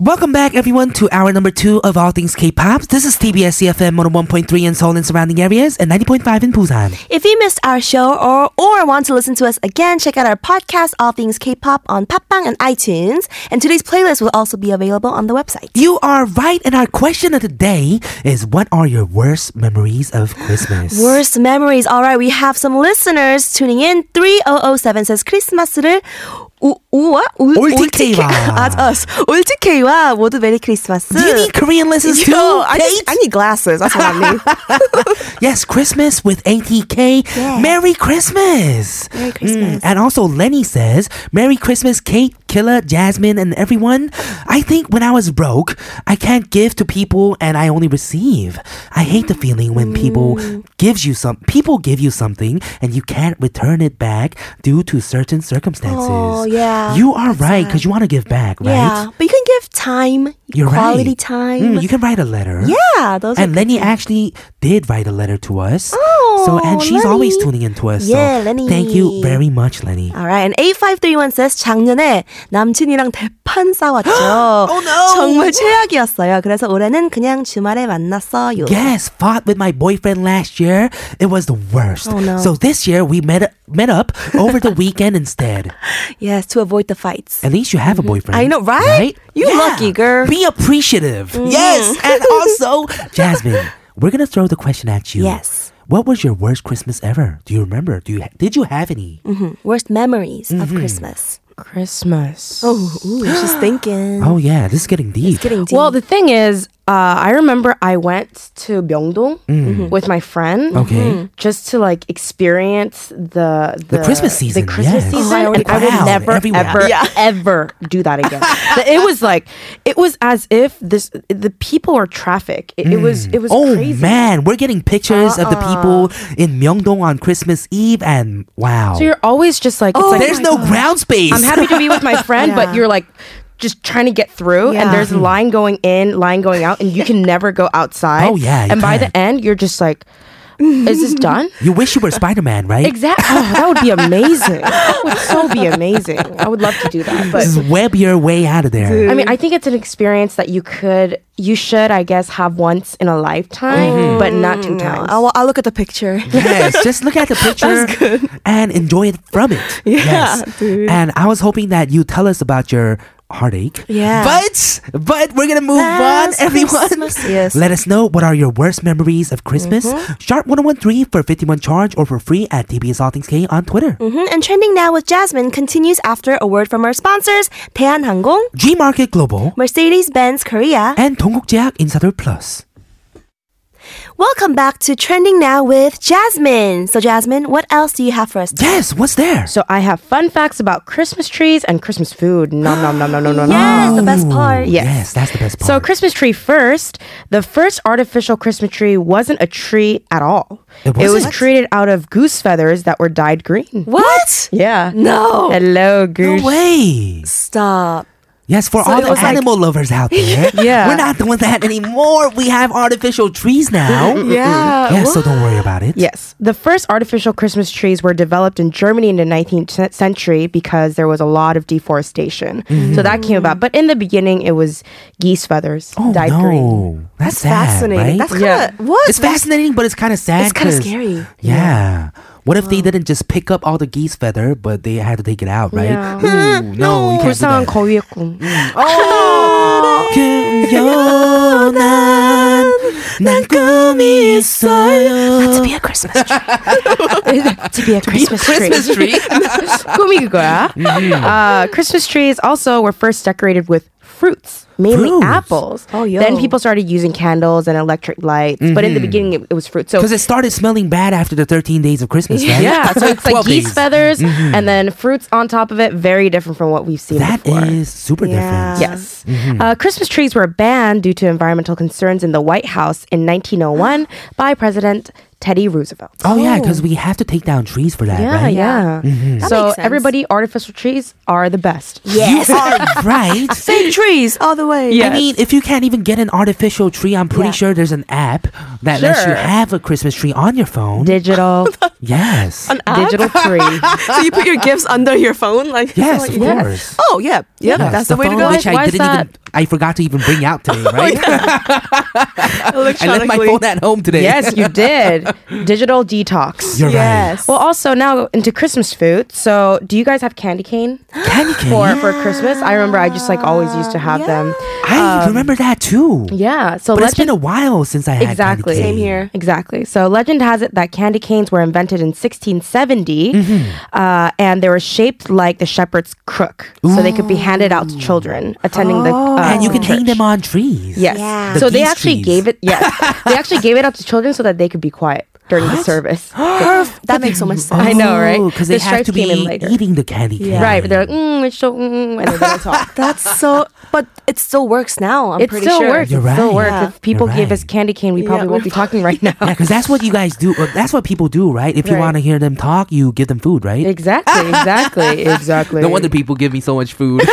Speaker 2: Welcome back, everyone, to hour number two of All Things K-Pop. This is TBS CFM 101.3 in Seoul and surrounding areas and 90.5 in Busan.
Speaker 1: If you missed our show or or want to listen to us again, check out our podcast All Things K-pop on Papang and iTunes. And today's playlist will also be available on the website.
Speaker 2: You are right, and our question of the day is what are your worst memories of Christmas?
Speaker 1: Worst memories. All right, we have some listeners tuning in. 3007 says 크리스마스를 우, 우와? 울,
Speaker 2: 올티케이와.
Speaker 1: [LAUGHS] That's us. 올티케이와 모두 메리 크리스마스.
Speaker 2: Do you need Korean lessons too?
Speaker 1: Yo, I,
Speaker 2: Kate?
Speaker 1: need, I need glasses. That's what I
Speaker 2: [LAUGHS]
Speaker 1: need.
Speaker 2: Yes, Christmas with ATK. Merry Christmas. Merry Christmas. and also, Lenny says, Merry Christmas, Kate, Killa, Jasmine, and everyone. I think when I was broke, I can't give to people and I only receive. I hate the feeling when people gives you some people give you something and you can't return it back due to certain circumstances.
Speaker 1: Oh, yeah.
Speaker 2: You are right because you want to give back, right?
Speaker 1: Yeah, but you can give time,
Speaker 2: You're
Speaker 1: quality
Speaker 2: right.
Speaker 1: time.
Speaker 2: Mm, you can write a letter.
Speaker 1: yeah, those
Speaker 2: And
Speaker 1: are
Speaker 2: Lenny actually did write a letter to us.
Speaker 1: Oh,
Speaker 2: so and she's always
Speaker 1: Lenny.
Speaker 2: tuning in to us.
Speaker 1: Yeah,
Speaker 2: so
Speaker 1: Lenny. Uh,
Speaker 2: Thank you very much, Lenny.
Speaker 1: Alright, and 8531 says 작년에 남친이랑 대판 [GASPS] 싸웠죠. Oh, 정말 최악이었어요. 그래서 올해는 그냥 주말에 만났어요.
Speaker 2: Yes, fought with my boyfriend last year. It was the worst.
Speaker 1: Oh, no.
Speaker 2: So this year we met met up over the
Speaker 1: [LAUGHS]
Speaker 2: weekend instead.
Speaker 1: Yes, to avoid the fights.
Speaker 2: At least you have a boyfriend.
Speaker 1: Mm-hmm. I know, right? You lucky girl. Mm-hmm.
Speaker 2: Be appreciative. Yes,
Speaker 1: [LAUGHS]
Speaker 2: and also Jasmine, we're gonna throw the question at you.
Speaker 1: Yes.
Speaker 2: What was your worst Christmas ever? Do you remember? Do you did you have any?
Speaker 1: Mm-hmm. Worst memories of Christmas.
Speaker 5: Christmas.
Speaker 1: Oh, ooh, [GASPS] she's thinking.
Speaker 2: Oh yeah, this is getting deep.
Speaker 1: Getting deep.
Speaker 5: Well, the thing is, uh, I remember I went to Myeongdong with my friend.
Speaker 2: Mm. Okay.
Speaker 5: Just to like experience the
Speaker 2: The Christmas season,
Speaker 5: The Christmas
Speaker 2: yes.
Speaker 5: season.
Speaker 2: Oh,
Speaker 5: and I
Speaker 2: wow,
Speaker 5: would never,
Speaker 2: everywhere.
Speaker 5: ever, ever do that again. But it was like it was as if this the people are traffic. It, it was it was
Speaker 2: Oh
Speaker 5: crazy. Uh-uh.
Speaker 2: man, we're getting pictures of the people in Myeongdong on Christmas Eve, and wow,
Speaker 5: So you're always just like, it's like oh
Speaker 2: there's no ground space.
Speaker 5: I'm happy to be with my friend,
Speaker 1: Yeah.
Speaker 5: but you're like just trying to get through,
Speaker 1: Yeah.
Speaker 5: and there's a line going in, line going out, and you can never go outside.
Speaker 2: Oh, yeah, you
Speaker 5: and by the
Speaker 2: can't.
Speaker 5: end, you're just like, is this done?
Speaker 2: [LAUGHS] you wish you were Spider Man, right?
Speaker 5: Exactly. Oh, that would be amazing. That would so be amazing. I would love to do that, but.
Speaker 2: Just web your way out of there.
Speaker 5: I mean, I think it's an experience that you could, you should, I guess, have once in a lifetime, but not two times.
Speaker 1: I'll, I'll look at the picture.
Speaker 2: yes, just look
Speaker 5: [LAUGHS]
Speaker 2: at the picture and enjoy it from it.
Speaker 1: Yeah,
Speaker 2: yes. And I was hoping that you tell us about your heartache.
Speaker 1: Yeah.
Speaker 2: But but we're gonna move
Speaker 1: Last
Speaker 2: on, [LAUGHS] everyone.
Speaker 1: Christmas. Yes.
Speaker 2: Let us know what are your worst memories of Christmas.
Speaker 5: Mm-hmm.
Speaker 2: Sharp 1013 for 51 charge or for free at TBS All Things K on Twitter.
Speaker 1: Mhm, And Trending Now with Jasmine continues after a word from our sponsors, 대한항공,
Speaker 2: G Market Global
Speaker 1: Mercedes-Benz Korea,
Speaker 2: and 동국제약 인사돌 플러스.
Speaker 1: Welcome back to Trending Now with Jasmine. So, Jasmine, what else do you have for us?
Speaker 2: Yes, what's there?
Speaker 5: So I have fun facts about Christmas trees and Christmas food. Nom nom nom nom nom nom.
Speaker 1: Yes, the best part.
Speaker 5: Yes.
Speaker 2: Oh, Yes, that's the best part.
Speaker 5: So Christmas tree first. The first artificial Christmas tree wasn't a tree at all.
Speaker 2: It
Speaker 5: was
Speaker 2: wasn't?
Speaker 5: created out of goose feathers that were dyed green.
Speaker 1: What?
Speaker 5: Yeah.
Speaker 1: No.
Speaker 5: Hello, goose.
Speaker 2: No way.
Speaker 1: Stop.
Speaker 2: Yes, for
Speaker 1: So
Speaker 2: all
Speaker 1: it
Speaker 2: the
Speaker 1: was like-
Speaker 2: animal lovers out
Speaker 1: [LAUGHS]
Speaker 2: there.
Speaker 5: Yeah.
Speaker 2: We're not doing that anymore. We have artificial trees now.
Speaker 1: [LAUGHS] Yeah.
Speaker 2: Yeah, so don't worry about it.
Speaker 5: Yes. The first artificial Christmas trees were developed in Germany in the 19th cen- century because there was a lot of deforestation.
Speaker 2: Mm.
Speaker 5: So that came about. But in the beginning, it was geese feathers
Speaker 2: Oh,
Speaker 5: dyed
Speaker 2: no.
Speaker 5: green.
Speaker 2: That's, sad,
Speaker 1: Fascinating.
Speaker 2: right?
Speaker 1: That's kind of what?
Speaker 2: It's fascinating, but it's kind of sad.
Speaker 1: It's kinda
Speaker 2: 'cause-
Speaker 1: scary.
Speaker 2: Yeah. What if they didn't just pick up all the geese feather, but they had to take it out, right?
Speaker 5: Yeah.
Speaker 2: Ooh,
Speaker 1: [LAUGHS]
Speaker 2: no, you can't do
Speaker 5: 불쌍한
Speaker 2: that. Mm.
Speaker 5: 거위였군.
Speaker 2: 그려난 난 꿈이 있어요.
Speaker 1: To be a [LAUGHS] Christmas tree.
Speaker 5: to be a Christmas tree.
Speaker 2: Christmas
Speaker 5: [LAUGHS]
Speaker 2: tree?
Speaker 5: 꿈이 그거야. Uh, Christmas trees also were first decorated with fruits, mainly
Speaker 2: Fruits.
Speaker 5: apples.
Speaker 1: Oh, yo.
Speaker 5: Then people started using candles and electric lights, but
Speaker 2: Mm-hmm.
Speaker 5: in the beginning it, it was fruit. So
Speaker 2: Because it
Speaker 5: [LAUGHS]
Speaker 2: started smelling bad after the 13 days of Christmas, right?
Speaker 5: yeah, so it's like
Speaker 2: 12
Speaker 5: geese
Speaker 2: days.
Speaker 5: feathers and then fruits on top of it. Very different from what we've seen
Speaker 2: Mm-hmm. That
Speaker 5: before.
Speaker 2: is Mm-hmm. super different.
Speaker 5: Yes. Uh, Christmas trees were banned due to environmental concerns in the White House in
Speaker 1: [GASPS]
Speaker 5: 1901 by President Teddy Roosevelt.
Speaker 2: Oh, yeah, because we have to take down trees for that,
Speaker 5: Yeah,
Speaker 2: right? Mm-hmm.
Speaker 5: yeah. So
Speaker 1: makes sense.
Speaker 5: everybody, artificial trees are
Speaker 2: [LAUGHS]
Speaker 5: the best.
Speaker 2: Yes. You are
Speaker 5: [LAUGHS]
Speaker 2: right.
Speaker 1: Fake trees all the way.
Speaker 2: I mean, if you can't even get an artificial tree, I'm pretty sure there's an app that lets you
Speaker 5: Sure.
Speaker 2: have a Christmas tree on your phone.
Speaker 5: digital,
Speaker 2: yes.
Speaker 5: Um, digital tree.
Speaker 1: [LAUGHS]
Speaker 2: [LAUGHS]
Speaker 1: so you put your gifts under your phone, like
Speaker 2: yes,
Speaker 1: like-
Speaker 2: of course.
Speaker 1: Oh yeah, yeah.
Speaker 2: Yes,
Speaker 1: That's the, way to
Speaker 2: phone
Speaker 1: go.
Speaker 2: Which I
Speaker 5: Why is Oh
Speaker 2: didn't even, I forgot to even bring out
Speaker 5: [LAUGHS]
Speaker 2: today, right? [LAUGHS] I left my phone at home today.
Speaker 5: yes, you did. Digital
Speaker 2: [LAUGHS]
Speaker 5: detox.
Speaker 2: You're
Speaker 1: Yes.
Speaker 5: Well, also now into Christmas food. So, do you guys have
Speaker 2: [GASPS]
Speaker 5: candy cane
Speaker 2: right. Candy cane.
Speaker 5: for for Christmas? I remember I just like always used to have them.
Speaker 2: I remember that too.
Speaker 5: um, Yeah. So
Speaker 2: But
Speaker 5: legend,
Speaker 2: it's been a while since I had
Speaker 5: Exactly.
Speaker 2: candy cane.
Speaker 5: Same
Speaker 1: here.
Speaker 5: exactly. So legend has it that candy canes were invented in 1670,
Speaker 2: Mm-hmm.
Speaker 5: uh, and they were shaped like the shepherd's crook, so they could be handed out to children attending the. Uh,
Speaker 2: Oh. And you can hang
Speaker 5: church.
Speaker 2: them on trees.
Speaker 5: Yes.
Speaker 1: Yeah.
Speaker 2: The
Speaker 5: So they
Speaker 2: geese
Speaker 5: actually
Speaker 2: trees. [GASPS]
Speaker 5: gave it. Yes. they actually gave it out to children so that they could be quiet during the service.
Speaker 1: That makes so
Speaker 2: [LAUGHS]
Speaker 1: much sense.
Speaker 5: I know, right?
Speaker 2: Because
Speaker 5: The
Speaker 2: Oh, they have
Speaker 5: stripes
Speaker 2: to be
Speaker 5: came in later.
Speaker 2: eating the candy cane.
Speaker 5: Right. But they're like, mm, it's so, mm, and then they
Speaker 2: [LAUGHS]
Speaker 5: don't talk.
Speaker 1: That's so. But it still works now. I'm
Speaker 5: it
Speaker 1: pretty
Speaker 5: still
Speaker 1: sure.
Speaker 5: works.
Speaker 2: You're
Speaker 5: it still
Speaker 2: right.
Speaker 5: works.
Speaker 1: Yeah.
Speaker 5: If people
Speaker 2: You're
Speaker 5: gave us
Speaker 2: right.
Speaker 5: candy cane, we probably
Speaker 1: Yeah,
Speaker 5: won't be talking right now.
Speaker 2: [LAUGHS] Yeah, because that's what you guys do. Well, that's what people do, right? If you
Speaker 5: Right.
Speaker 2: want to hear them talk, you give them food, right?
Speaker 5: Exactly, exactly,
Speaker 2: [LAUGHS]
Speaker 5: exactly.
Speaker 2: No wonder people give me so much
Speaker 5: [LAUGHS]
Speaker 2: food. [LAUGHS]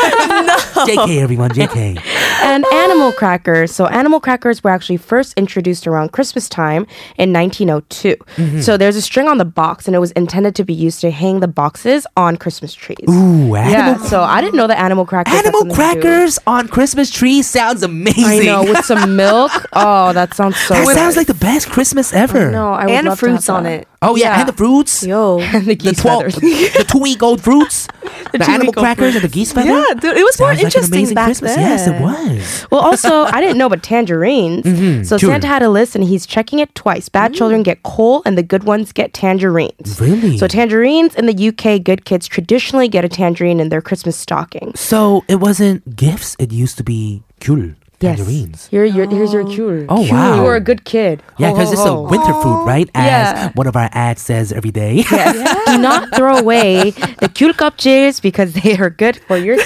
Speaker 2: JK, everyone, JK.
Speaker 5: and animal crackers. So animal crackers were actually first introduced around Christmas time in 1902.
Speaker 2: Mm-hmm.
Speaker 5: So there's a string on the box, and it was intended to be used to hang the boxes on Christmas trees.
Speaker 2: Ooh,
Speaker 5: yeah.
Speaker 2: animal,
Speaker 5: So I didn't know that animal crackers. had
Speaker 2: animal
Speaker 5: something to do with-
Speaker 2: crackers on Christmas trees sounds amazing.
Speaker 5: I know with some milk. Oh, that sounds so.
Speaker 2: [LAUGHS] that
Speaker 5: good.
Speaker 2: sounds like the best Christmas ever.
Speaker 5: No, I would
Speaker 1: and
Speaker 5: love to
Speaker 1: fruits on
Speaker 5: have that.
Speaker 1: it.
Speaker 2: Oh yeah, and the fruits.
Speaker 1: Yo.
Speaker 5: And the
Speaker 2: The
Speaker 5: geese
Speaker 2: twelve,
Speaker 5: feathers.
Speaker 2: the two week old fruits, the, animal
Speaker 5: two-week-old
Speaker 2: crackers, and the geese feather.
Speaker 1: Yeah, dude, it was more
Speaker 2: Sounds like an
Speaker 1: interesting
Speaker 2: amazing
Speaker 1: back
Speaker 2: Christmas.
Speaker 1: then.
Speaker 2: Yes, it was.
Speaker 5: [LAUGHS] Well, also, I didn't know about tangerines. So
Speaker 2: sure.
Speaker 5: Santa had a list, and he's checking it twice. Bad children get coal, and the good ones get tangerines.
Speaker 2: Really?
Speaker 5: So tangerines in the UK, good kids traditionally get a tangerine in their Christmas stocking.
Speaker 2: So it wasn't gifts; it used to be kyul,
Speaker 5: Yes.
Speaker 2: tangerines.
Speaker 5: Here, your, here's your cure.
Speaker 2: Oh, wow.
Speaker 5: You were a good kid. Oh,
Speaker 2: Yeah,
Speaker 5: Ho,
Speaker 2: because
Speaker 5: ho,
Speaker 2: it's a
Speaker 5: ho.
Speaker 2: winter food, right? As
Speaker 5: Yeah.
Speaker 2: one of our ads says every day.
Speaker 5: Do not throw away the cute cupcakes because they are good for your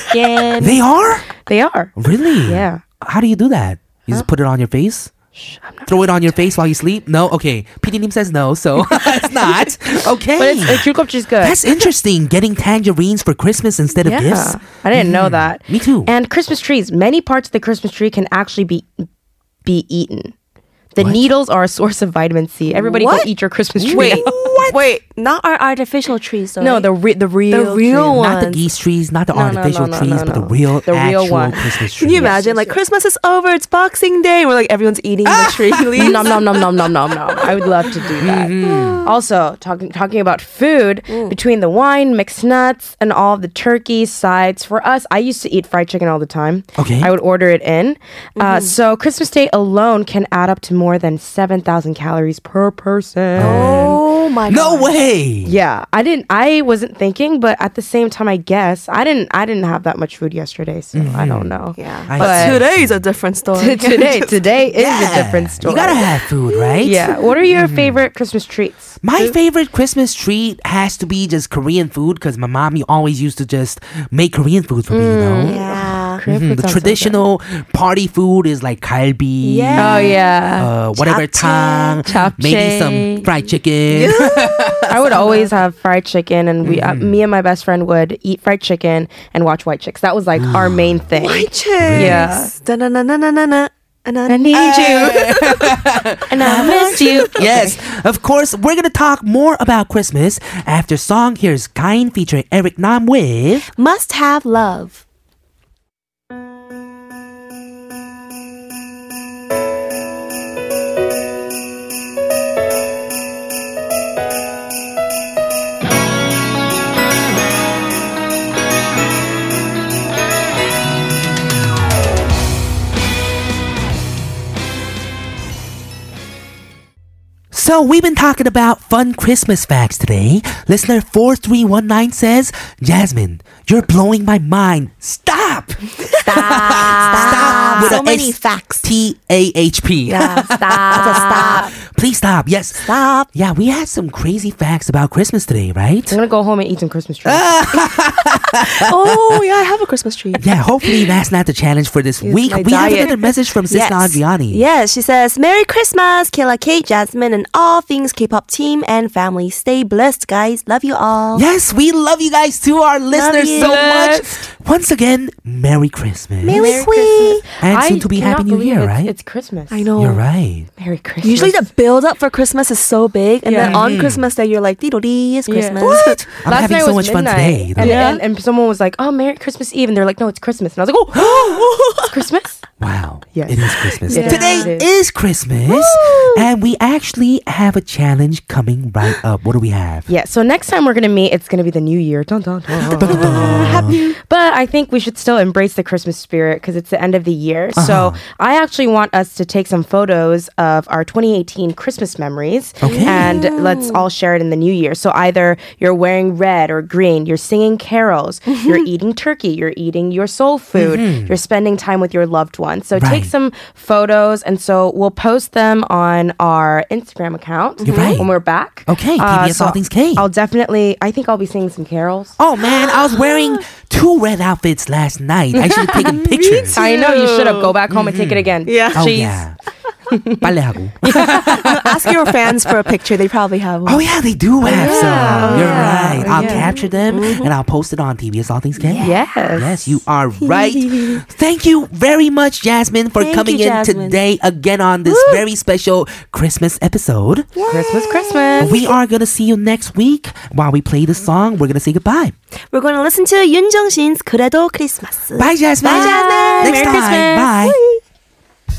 Speaker 2: [LAUGHS]
Speaker 5: skin.
Speaker 2: they are
Speaker 5: they are.
Speaker 2: really.
Speaker 5: Yeah.
Speaker 2: How do you do that? You just put it on your face. Throw it on your face while you sleep? No? Okay. PD Nim says no, so [LAUGHS] it's not. Okay.
Speaker 5: [LAUGHS] But it's, a cute cupcake is good.
Speaker 2: That's interesting. Getting tangerines for Christmas instead of gifts.
Speaker 5: I didn't know that.
Speaker 2: Me too.
Speaker 5: And Christmas trees. Many parts of the Christmas tree can actually be be eaten. The needles are a source of vitamin C. Everybody
Speaker 1: What?
Speaker 5: go eat your Christmas tree. [LAUGHS]
Speaker 1: Wait,
Speaker 5: now.
Speaker 1: wait, not our artificial trees. Though,
Speaker 5: no,
Speaker 1: right?
Speaker 5: the re- the real
Speaker 1: the real
Speaker 5: tree.
Speaker 1: ones.
Speaker 2: Not the geese trees, not the
Speaker 5: No, no, no,
Speaker 2: artificial
Speaker 5: no,
Speaker 2: trees,
Speaker 5: no,
Speaker 2: but the
Speaker 5: no.
Speaker 2: real,
Speaker 5: The real
Speaker 2: actual
Speaker 5: one.
Speaker 2: Christmas trees.
Speaker 1: Can you imagine? Like Christmas is over. It's Boxing Day. We're like everyone's eating the tree [LAUGHS] leaves.
Speaker 5: Nom nom nom nom nom nom nom. I would love to do that.
Speaker 2: Mm-hmm.
Speaker 5: Also, talking talking about food between the wine, mixed nuts, and all the turkey sides. For us, I used to eat fried chicken all the time.
Speaker 2: Okay. Mm-hmm.
Speaker 5: I would order it in. Uh, so Christmas Day alone can add up to more than seven thousand calories per person.
Speaker 1: Oh my
Speaker 2: No No way.
Speaker 5: Yeah, I didn't. I wasn't thinking, but at the same time, I guess I didn't. I didn't have that much food yesterday, so I don't know.
Speaker 1: Yeah.
Speaker 2: Mm-hmm. I
Speaker 5: But-
Speaker 2: see.
Speaker 1: Today is a different story. [LAUGHS]
Speaker 5: [LAUGHS] today, today is a different story.
Speaker 2: You gotta have food, right?
Speaker 5: Yeah. What are your
Speaker 2: Mm-hmm.
Speaker 5: favorite Christmas treats?
Speaker 2: My favorite Christmas treat has to be just Korean food because my mommy always used to just make Korean food for me, you know?
Speaker 5: Mm,
Speaker 1: yeah.
Speaker 5: Korean
Speaker 2: Mhm,
Speaker 5: food
Speaker 2: The
Speaker 5: sounds so good.
Speaker 2: traditional party food is like kalbi.
Speaker 1: Yeah.
Speaker 5: Oh yeah.
Speaker 2: Uh, whatever tang, maybe some fried chicken.
Speaker 5: I would always have fried chicken, and we, uh,
Speaker 2: Mm-hmm.
Speaker 5: me and my best friend would eat fried chicken and watch White Chicks. That
Speaker 2: [GASPS]
Speaker 5: was like our main thing.
Speaker 1: White chicks.
Speaker 5: Yeah.
Speaker 1: Da-na-na-na-na-na.
Speaker 5: I
Speaker 1: Na-na.
Speaker 5: need you, [LAUGHS] and I miss [LAUGHS] you.
Speaker 2: [LAUGHS] yes, of course. We're gonna talk more about Christmas after song. Here's "Kind" featuring Eric Nam with.
Speaker 1: Must have
Speaker 5: [LAUGHS]
Speaker 1: love.
Speaker 2: So we've been talking about fun Christmas facts today. Listener 4319 says, Jasmine, you're blowing my mind. Stop! [LAUGHS] Stop! With
Speaker 1: So
Speaker 2: a
Speaker 1: many facts.
Speaker 2: T-A-H-P.
Speaker 1: Yeah,
Speaker 2: [LAUGHS]
Speaker 1: stop.
Speaker 2: Please stop. Yes.
Speaker 1: Stop.
Speaker 2: Yeah, we had some crazy facts about Christmas today, right?
Speaker 5: I'm gonna go home and eat some Christmas treats.
Speaker 2: Ah,
Speaker 1: Oh, yeah, I have a Christmas tree.
Speaker 2: Yeah, hopefully that's not the challenge for this week.
Speaker 1: my
Speaker 2: We have
Speaker 1: diet.
Speaker 2: another message from Sister Adriani.
Speaker 1: Yes, she says, Merry Christmas, Kayla Kate, Jasmine, and all things K pop team and family. Stay blessed, guys. Love you all.
Speaker 2: Yes, we love you guys too, our listeners
Speaker 1: you.
Speaker 2: so much. Once again, Merry Christmas.
Speaker 1: Merry, Christmas.
Speaker 2: and
Speaker 5: I
Speaker 2: soon to be
Speaker 5: cannot
Speaker 2: Happy New
Speaker 5: believe
Speaker 2: Year,
Speaker 5: it's-
Speaker 2: right?
Speaker 5: It's Christmas.
Speaker 1: I know.
Speaker 2: You're right.
Speaker 5: Merry Christmas.
Speaker 1: Usually the build up for Christmas is so big, and then
Speaker 5: Yeah. Mm-hmm.
Speaker 1: on Christmas Day, you're like, dee dee, it's
Speaker 5: Yeah.
Speaker 1: Christmas.
Speaker 2: I'm
Speaker 5: Last
Speaker 2: having
Speaker 5: night
Speaker 2: so
Speaker 5: was
Speaker 2: much fun
Speaker 5: midnight,
Speaker 2: today. though.
Speaker 5: And, and, and someone was like, "Oh, Merry Christmas Eve," and they're like, "No, it's Christmas," and I was like, "Oh, [GASPS]
Speaker 2: [GASPS]
Speaker 5: it's Christmas."
Speaker 2: Wow.
Speaker 5: Yes.
Speaker 2: It is Christmas.
Speaker 5: Yeah.
Speaker 2: Today
Speaker 5: It
Speaker 2: is Christmas. And we actually have a challenge coming right up. What do we have?
Speaker 5: Yeah. So next time we're gonna meet, it's gonna be the new year. Dun, dun, dun.
Speaker 2: [LAUGHS]
Speaker 5: But I think we should still embrace the Christmas spirit because it's the end of the year.
Speaker 2: Uh-huh.
Speaker 5: So I actually want us to take some photos of our 2018 Christmas memories,
Speaker 2: Okay.
Speaker 5: and let's all share it in the new year. So either you're wearing red or green, you're singing carols, you're eating turkey, you're eating your soul food, you're spending time with your loved ones. So take
Speaker 2: Mm-hmm. Right.
Speaker 5: some photos, and so we'll post them on our Instagram account
Speaker 2: You're right.
Speaker 5: when we're back.
Speaker 2: Okay, TBS All Things K.
Speaker 5: Uh, I'll definitely. I think I'll be singing some carols.
Speaker 2: Oh man, I was
Speaker 1: [GASPS]
Speaker 2: wearing two red outfits last night.
Speaker 1: [LAUGHS]
Speaker 2: I should have taken pictures.
Speaker 5: I know you should have. Go back home and take it again. Yeah.
Speaker 1: [LAUGHS]
Speaker 2: Oh yeah. 빨래하고.
Speaker 1: [LAUGHS] Ask your fans for a picture. They probably have one.
Speaker 2: Oh yeah, they do have some. You're
Speaker 5: yeah.
Speaker 2: right.
Speaker 5: Oh,
Speaker 2: I'll
Speaker 5: yeah.
Speaker 2: capture them
Speaker 1: Mm-hmm.
Speaker 2: and I'll post it on TBS All Things K.
Speaker 5: Yes.
Speaker 2: Yes, you are
Speaker 1: [LAUGHS]
Speaker 2: right. Thank you very much, Jasmine, for
Speaker 1: Thank
Speaker 2: coming
Speaker 1: you,
Speaker 2: in
Speaker 1: Jasmine.
Speaker 2: today again on this very special Christmas episode.
Speaker 5: Christmas, Christmas.
Speaker 2: We are going to see you next week. While we play the song, we're going to say goodbye.
Speaker 1: We're going to listen to Yun Jung Shin's 그래도 크리스마스.
Speaker 2: Bye, Jasmine.
Speaker 1: Bye, Jasmine.
Speaker 2: Next
Speaker 1: Merry
Speaker 2: time.
Speaker 1: Christmas.
Speaker 2: Bye.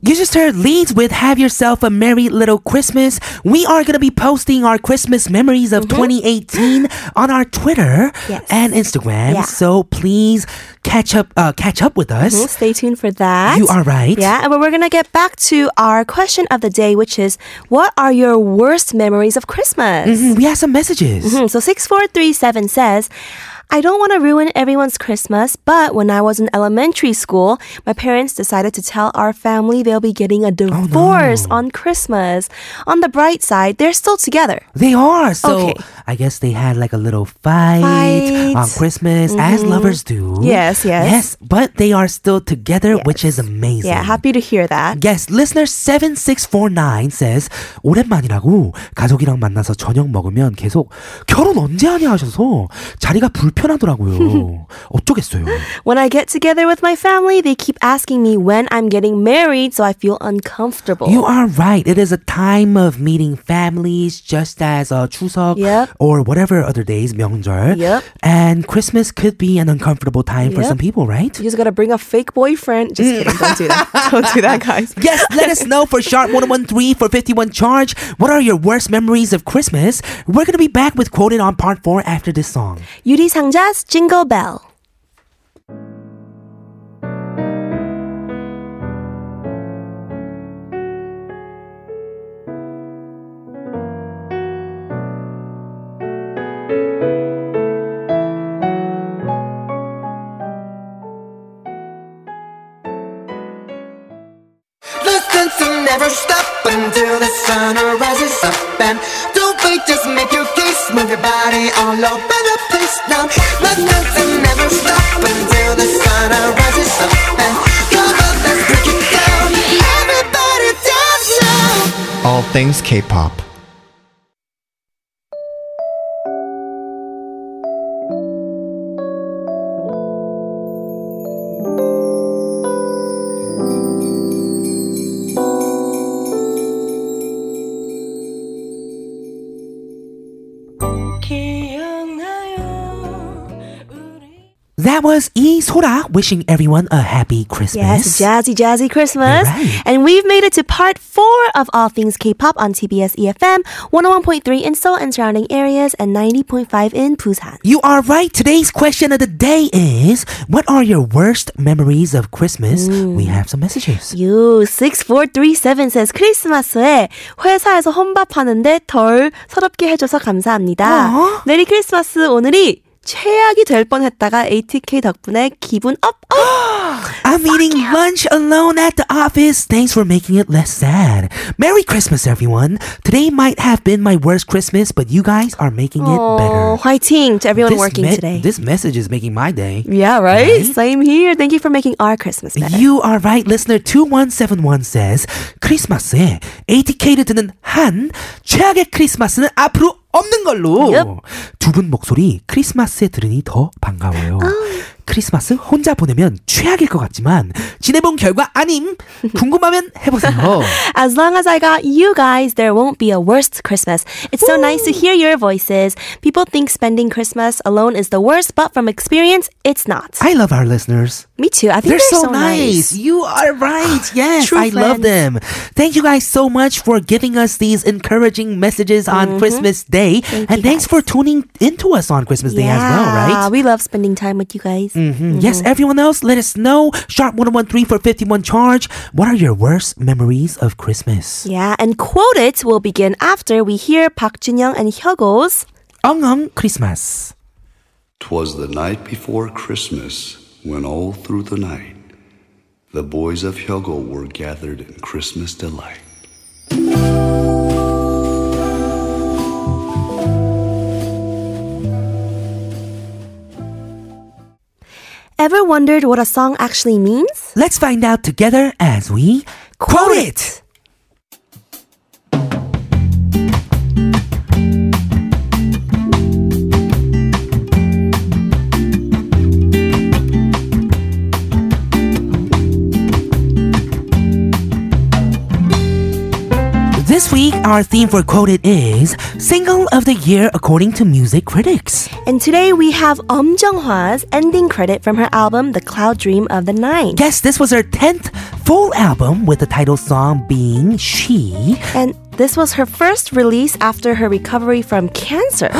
Speaker 2: You just heard leads with Have Yourself a Merry Little Christmas. We are going to be posting our Christmas memories of 2018 on our Twitter
Speaker 1: Mm-hmm. Yes.
Speaker 2: and Instagram.
Speaker 1: Yeah.
Speaker 2: So please catch up uh, catch up with us.
Speaker 1: Well, stay tuned for that.
Speaker 2: You are right.
Speaker 1: Yeah, and we're going to get back to our question of the day, which is what are your worst memories of Christmas?
Speaker 2: Mhm, We have some messages.
Speaker 1: Mhm, So 6437 says, I don't want to ruin everyone's Christmas, but when I was in elementary school, my parents decided to tell our family they'll be getting
Speaker 2: Oh,
Speaker 1: a divorce on Christmas. On the bright side, they're still together.
Speaker 2: They are. So
Speaker 1: Okay.
Speaker 2: I guess they had like a little fight,
Speaker 1: Fight. Mm-hmm.
Speaker 2: on Christmas, as lovers do.
Speaker 1: Yes, yes.
Speaker 2: Yes, but they are still together, which is amazing.
Speaker 1: Yeah, happy to hear that.
Speaker 2: Yes, listener 7649 says 오랜만이라고 가족이랑 만나서 저녁 먹으면 계속 결혼 언제 하냐 하셔서 자리가
Speaker 1: [LAUGHS]
Speaker 2: 불편하더라고요. 어쩌겠어요.
Speaker 1: When I get together with my family, they keep asking me when I'm getting married, so I feel uncomfortable.
Speaker 2: You are right. It is a time of meeting families, just as uh, Chuseok
Speaker 1: Yep.
Speaker 2: or whatever other days, 명절.
Speaker 1: Yep.
Speaker 2: And Christmas could be an uncomfortable time for
Speaker 1: Yep.
Speaker 2: some people, right?
Speaker 1: You just gotta bring a fake boyfriend. Just kidding. Don't
Speaker 5: [LAUGHS]
Speaker 1: do that. Don't do that, guys.
Speaker 2: Yes, let us know for Sharp 1013 for 51 charge. What are your worst memories of Christmas? We're going to be back with Quoted on part 4 after this song.
Speaker 1: Yuri Sangja's Jingle Bell.
Speaker 6: Listen to never stop until the sun rises up and don't wait, just make your case, move your body all over the place now. Listen to never stop until the sun rises up and come on, let's break it down. Everybody dance now.
Speaker 8: All things K-pop.
Speaker 2: That was E Sora wishing everyone a happy
Speaker 1: Yes,
Speaker 2: Christmas.
Speaker 1: jazzy, jazzy Christmas.
Speaker 2: Right.
Speaker 1: And we've made it to part four of All Things K-Pop on TBS EFM, 101.3 in Seoul and surrounding areas, and 90.5 in Busan.
Speaker 2: You are right. Today's question of the day is What are your worst memories of Christmas? We have some messages.
Speaker 1: You 6437 says 크리스마스에 회사에서 혼밥하는데 덜 서럽게 해줘서 감사합니다.
Speaker 2: 어?
Speaker 1: 메리 크리스마스 오늘이 최악이 될 뻔했다가 ATK 덕분에 기분 업
Speaker 2: [GASPS]
Speaker 1: 업.
Speaker 2: I'm eating lunch alone at the office. Thanks for making it less sad. Merry Christmas, everyone. Today might have been my worst Christmas, but you guys are making it better.
Speaker 1: Oh, fighting to everyone working
Speaker 2: me-
Speaker 1: today.
Speaker 2: This message is making my day.
Speaker 1: yeah, right? Same here. Thank you for making our Christmas better.
Speaker 2: You are right. Listener 2171 says 크리스마스에 ATK를 듣는 한 최악의 크리스마스는 앞으로 없는 걸로
Speaker 1: Yep.
Speaker 2: 두 분 목소리 크리스마스에 들으니 더 반가워요. 크리스마스 혼자 보내면 최악일 것 같지만 지내본 결과 아님 궁금하면 해보세요.
Speaker 1: As long as I got you guys, there won't be a worst Christmas. It's so nice to hear your voices. People think spending Christmas alone is the worst, but from experience, it's not.
Speaker 2: I love our listeners.
Speaker 1: Me too. I think
Speaker 2: They're, so, nice. You are right. Yes,
Speaker 1: True
Speaker 2: I love them. Thank you guys so much for giving us these encouraging messages on Christmas Day, and
Speaker 1: you
Speaker 2: thanks for tuning into us on Christmas Day as well. Right?
Speaker 1: We love spending time with you guys.
Speaker 2: Mhm. Yes. Everyone else, let us know. Sharp one one three for fifty one charge. What are your worst memories of Christmas?
Speaker 1: Yeah, and quote it will begin after we hear Park Junyoung and Hyogo's.
Speaker 2: Ong ong Christmas.
Speaker 9: Twas the night before Christmas, when all through the night, the boys of Hyogo were gathered in Christmas delight.
Speaker 1: Ever wondered what a song actually means?
Speaker 2: Let's find out together as we quote it. This week, our theme for Quoted is Single of the Year according to music critics.
Speaker 1: And today we have Um Jung Hwa's ending credit from her album, The Cloud Dream of the Nine.
Speaker 2: Yes, this was her 10th full album with the title song being She.
Speaker 1: And this was her first release after her recovery from
Speaker 2: [GASPS]
Speaker 1: cancer.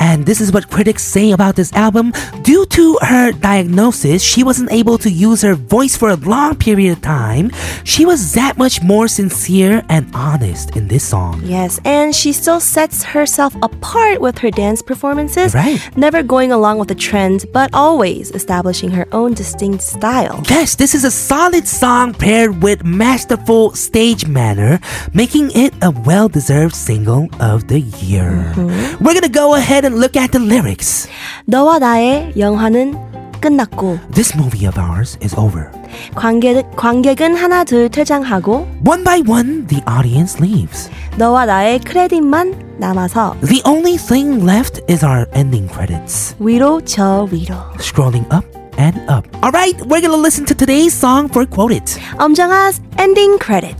Speaker 2: And this is what critics say about this album. Due to her diagnosis, she wasn't able to use her voice for a long period of time. She was that much more sincere and honest in this song.
Speaker 1: yes, and she still sets herself apart with her dance performances,
Speaker 2: Right.
Speaker 1: never going along with the trend, but always establishing her own distinct style.
Speaker 2: Yes, this is a solid song paired with masterful stage manner, making it a well deserved single of the year. We're gonna go ahead and look at the lyrics.
Speaker 1: 너와 나의 영화는 끝났고
Speaker 2: This movie of ours is over.
Speaker 1: 관객, 관객은 하나 둘 퇴장하고
Speaker 2: One by one, the audience leaves.
Speaker 1: 너와 나의 크레딧만 남아서
Speaker 2: The only thing left is our ending credits.
Speaker 1: 위로 저 위로
Speaker 2: Scrolling up and up. All right, we're gonna listen to today's song for Quote It.
Speaker 1: 엄정아's ending credit.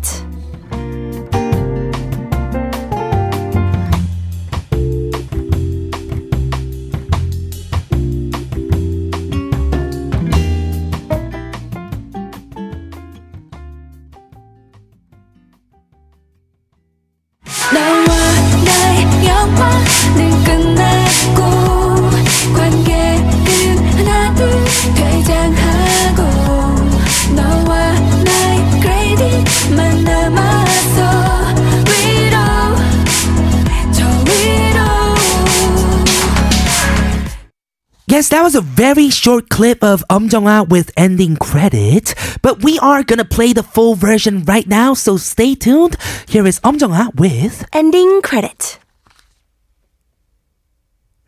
Speaker 2: Yes, that was a very short clip of Um Jung-ah with ending credit, but we are gonna play the full version right now, so stay tuned. Here is Um Jung-ah with
Speaker 1: Ending credit.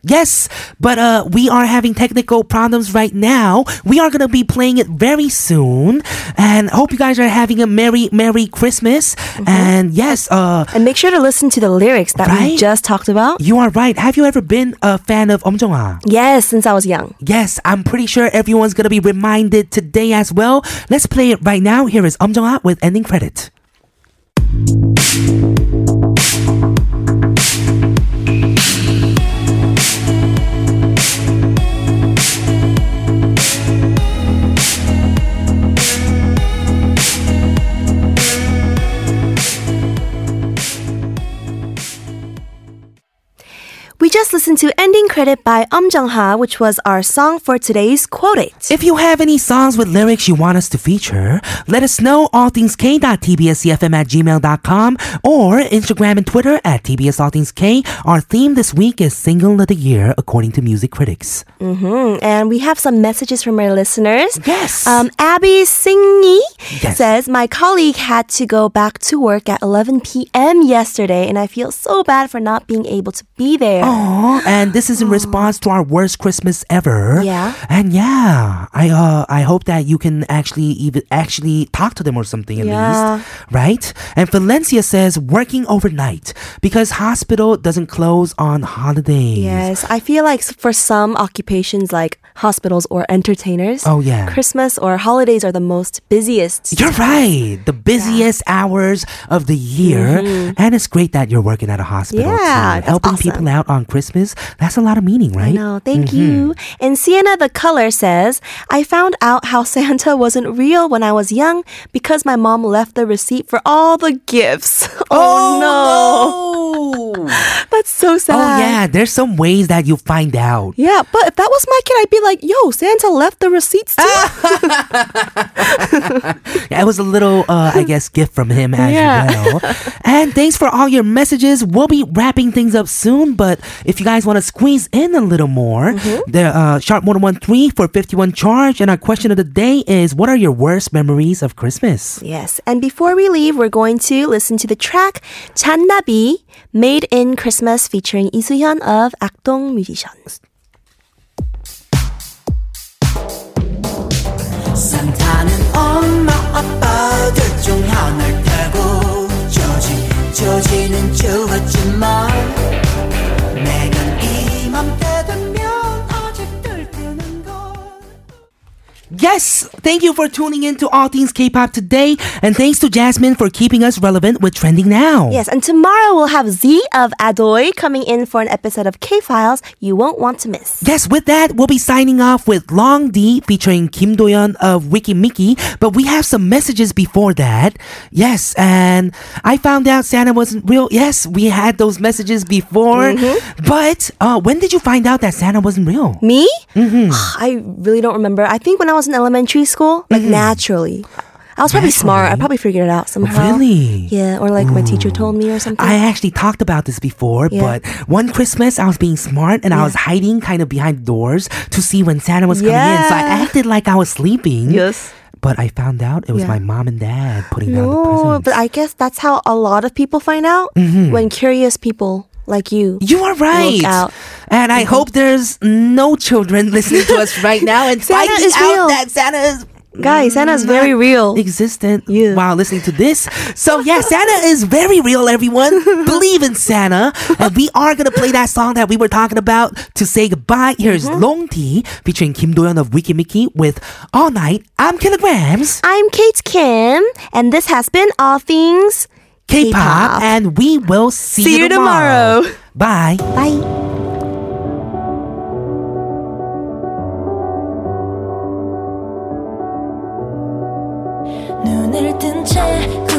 Speaker 2: Yes, but uh, we are having technical problems right now. We are gonna be playing it very soon, and hope you guys are having a merry, merry Christmas. And yes, uh,
Speaker 1: And make sure to listen to the lyrics that we
Speaker 2: Right?
Speaker 1: just talked about.
Speaker 2: you are right. Have you ever been a fan of Um Jung-ah?
Speaker 1: Yes, since I was young.
Speaker 2: Yes, I'm pretty sure everyone's gonna be reminded today as well. Let's play it right now. Here is Um Jung-ah with ending credit.
Speaker 1: We just listened to Ending Credit by Um Jung Ha, which was our song for today's Quote It.
Speaker 2: If you have any songs with lyrics you want us to feature, let us know all things k.tbscfm e at gmail.com or Instagram and Twitter at tbs all things k. Our theme this week is Single of the Year, according to music critics.
Speaker 1: Mm-hmm. And we have some messages from our listeners.
Speaker 2: Yes.
Speaker 1: Um, Abby Singy
Speaker 2: Yes.
Speaker 1: says, My colleague had to go back to work at 11 p.m. yesterday, and I feel so bad for not being able to be there.
Speaker 2: Oh, Aw, and this is in response to our worst Christmas ever.
Speaker 1: Yeah.
Speaker 2: And yeah, I uh, I hope that you can actually even actually talk to them or something at
Speaker 1: Yeah.
Speaker 2: least, right? And Valencia says working overnight because hospital doesn't close on holidays.
Speaker 1: Yes, I feel like for some occupations like hospitals or entertainers,
Speaker 2: Oh, yeah.
Speaker 1: Christmas or holidays are the most busiest.
Speaker 2: You're right. The busiest hours of the year. And it's great that you're working at a hospital.
Speaker 1: Mm-hmm. Yeah,
Speaker 2: too.
Speaker 1: that's
Speaker 2: Helping
Speaker 1: awesome.
Speaker 2: people out on Christmas. That's a lot of meaning, right?
Speaker 1: No, thank
Speaker 2: Mm-hmm.
Speaker 1: you. And Sienna the Color says, I found out how Santa [LAUGHS] wasn't real when I was young because my mom left the receipt for all the gifts. [LAUGHS] Oh,
Speaker 2: no.
Speaker 1: no. That's so sad.
Speaker 2: Oh yeah, there's some ways that you find out.
Speaker 1: Yeah, but if that was my kid, I'd be like, yo, Santa left the receipts too.
Speaker 2: Ah. That was a little, uh, [LAUGHS] I guess, gift from him as [LAUGHS] well. And thanks for all your messages. We'll be wrapping things up soon, but if you guys want to squeeze in a little more, the uh, sharp one one three for fifty one charge. And our question of the day is: What are your worst memories of Christmas?
Speaker 1: Yes, and before we leave, we're going to listen to the track 잔나비 Made in Christmas featuring 이수현 of 악동 musicians.
Speaker 6: 산타는 엄마 아빠 둘 중 하나를 타고 조지 조지는 좋았지만 내가 이맘때 되면 아직 들 뜨는 걸
Speaker 2: Yes, thank you for tuning in to All Things K-pop today, and thanks to Jasmine for keeping us relevant with trending now.
Speaker 1: Yes, and tomorrow we'll have Z of Adoy coming in for an episode of K Files you won't want to miss.
Speaker 2: Yes, with that, we'll be signing off with Long D featuring Kim Doyeon of Wiki Mickey, but we have some messages before that. Yes, and I found out Santa wasn't real. Yes, we had those messages before,
Speaker 1: Mm-hmm.
Speaker 2: but uh, when did you find out that Santa wasn't real?
Speaker 1: Me?
Speaker 2: Mm-hmm.
Speaker 1: [SIGHS] I really don't remember. I think when I was in elementary school,
Speaker 2: Mm-hmm.
Speaker 1: like naturally. I was probably smart. I probably figured it out somehow.
Speaker 2: Really?
Speaker 1: Yeah, or like my teacher told me or something.
Speaker 2: I actually talked about this before,
Speaker 1: Mm-hmm. Yeah.
Speaker 2: but one Christmas I was being smart and I was hiding kind of behind doors to see when Santa was coming in. So I
Speaker 1: Yeah.
Speaker 2: acted like I was sleeping.
Speaker 1: Yes.
Speaker 2: But I found out it was
Speaker 1: Yeah.
Speaker 2: my mom and dad putting down the
Speaker 1: No,
Speaker 2: presents.
Speaker 1: but I guess that's how a lot of people find out when curious people like you.
Speaker 2: Mm-hmm. You are right.
Speaker 1: out. Mm-hmm.
Speaker 2: And I hope there's no children [LAUGHS] listening to us right now and
Speaker 1: Santa
Speaker 2: finding
Speaker 1: is
Speaker 2: out
Speaker 1: real.
Speaker 2: that Santa is
Speaker 1: Guys, Santa's very real.
Speaker 2: existent
Speaker 1: Yeah.
Speaker 2: while listening to this. So
Speaker 1: [LAUGHS]
Speaker 2: yeah, Santa is very real, everyone. Believe in Santa. And we are gonna play that song that we were talking about to say goodbye. Here's
Speaker 1: Mm-hmm.
Speaker 2: Long T featuring Kim Doyeon of Wiki Mickey with All Night I'm Kilograms,
Speaker 1: I'm Kate Kim, and this has been All Things
Speaker 2: K pop, and we will see,
Speaker 1: See you tomorrow.
Speaker 2: Bye.
Speaker 1: Bye.
Speaker 10: 눈을 뜬 채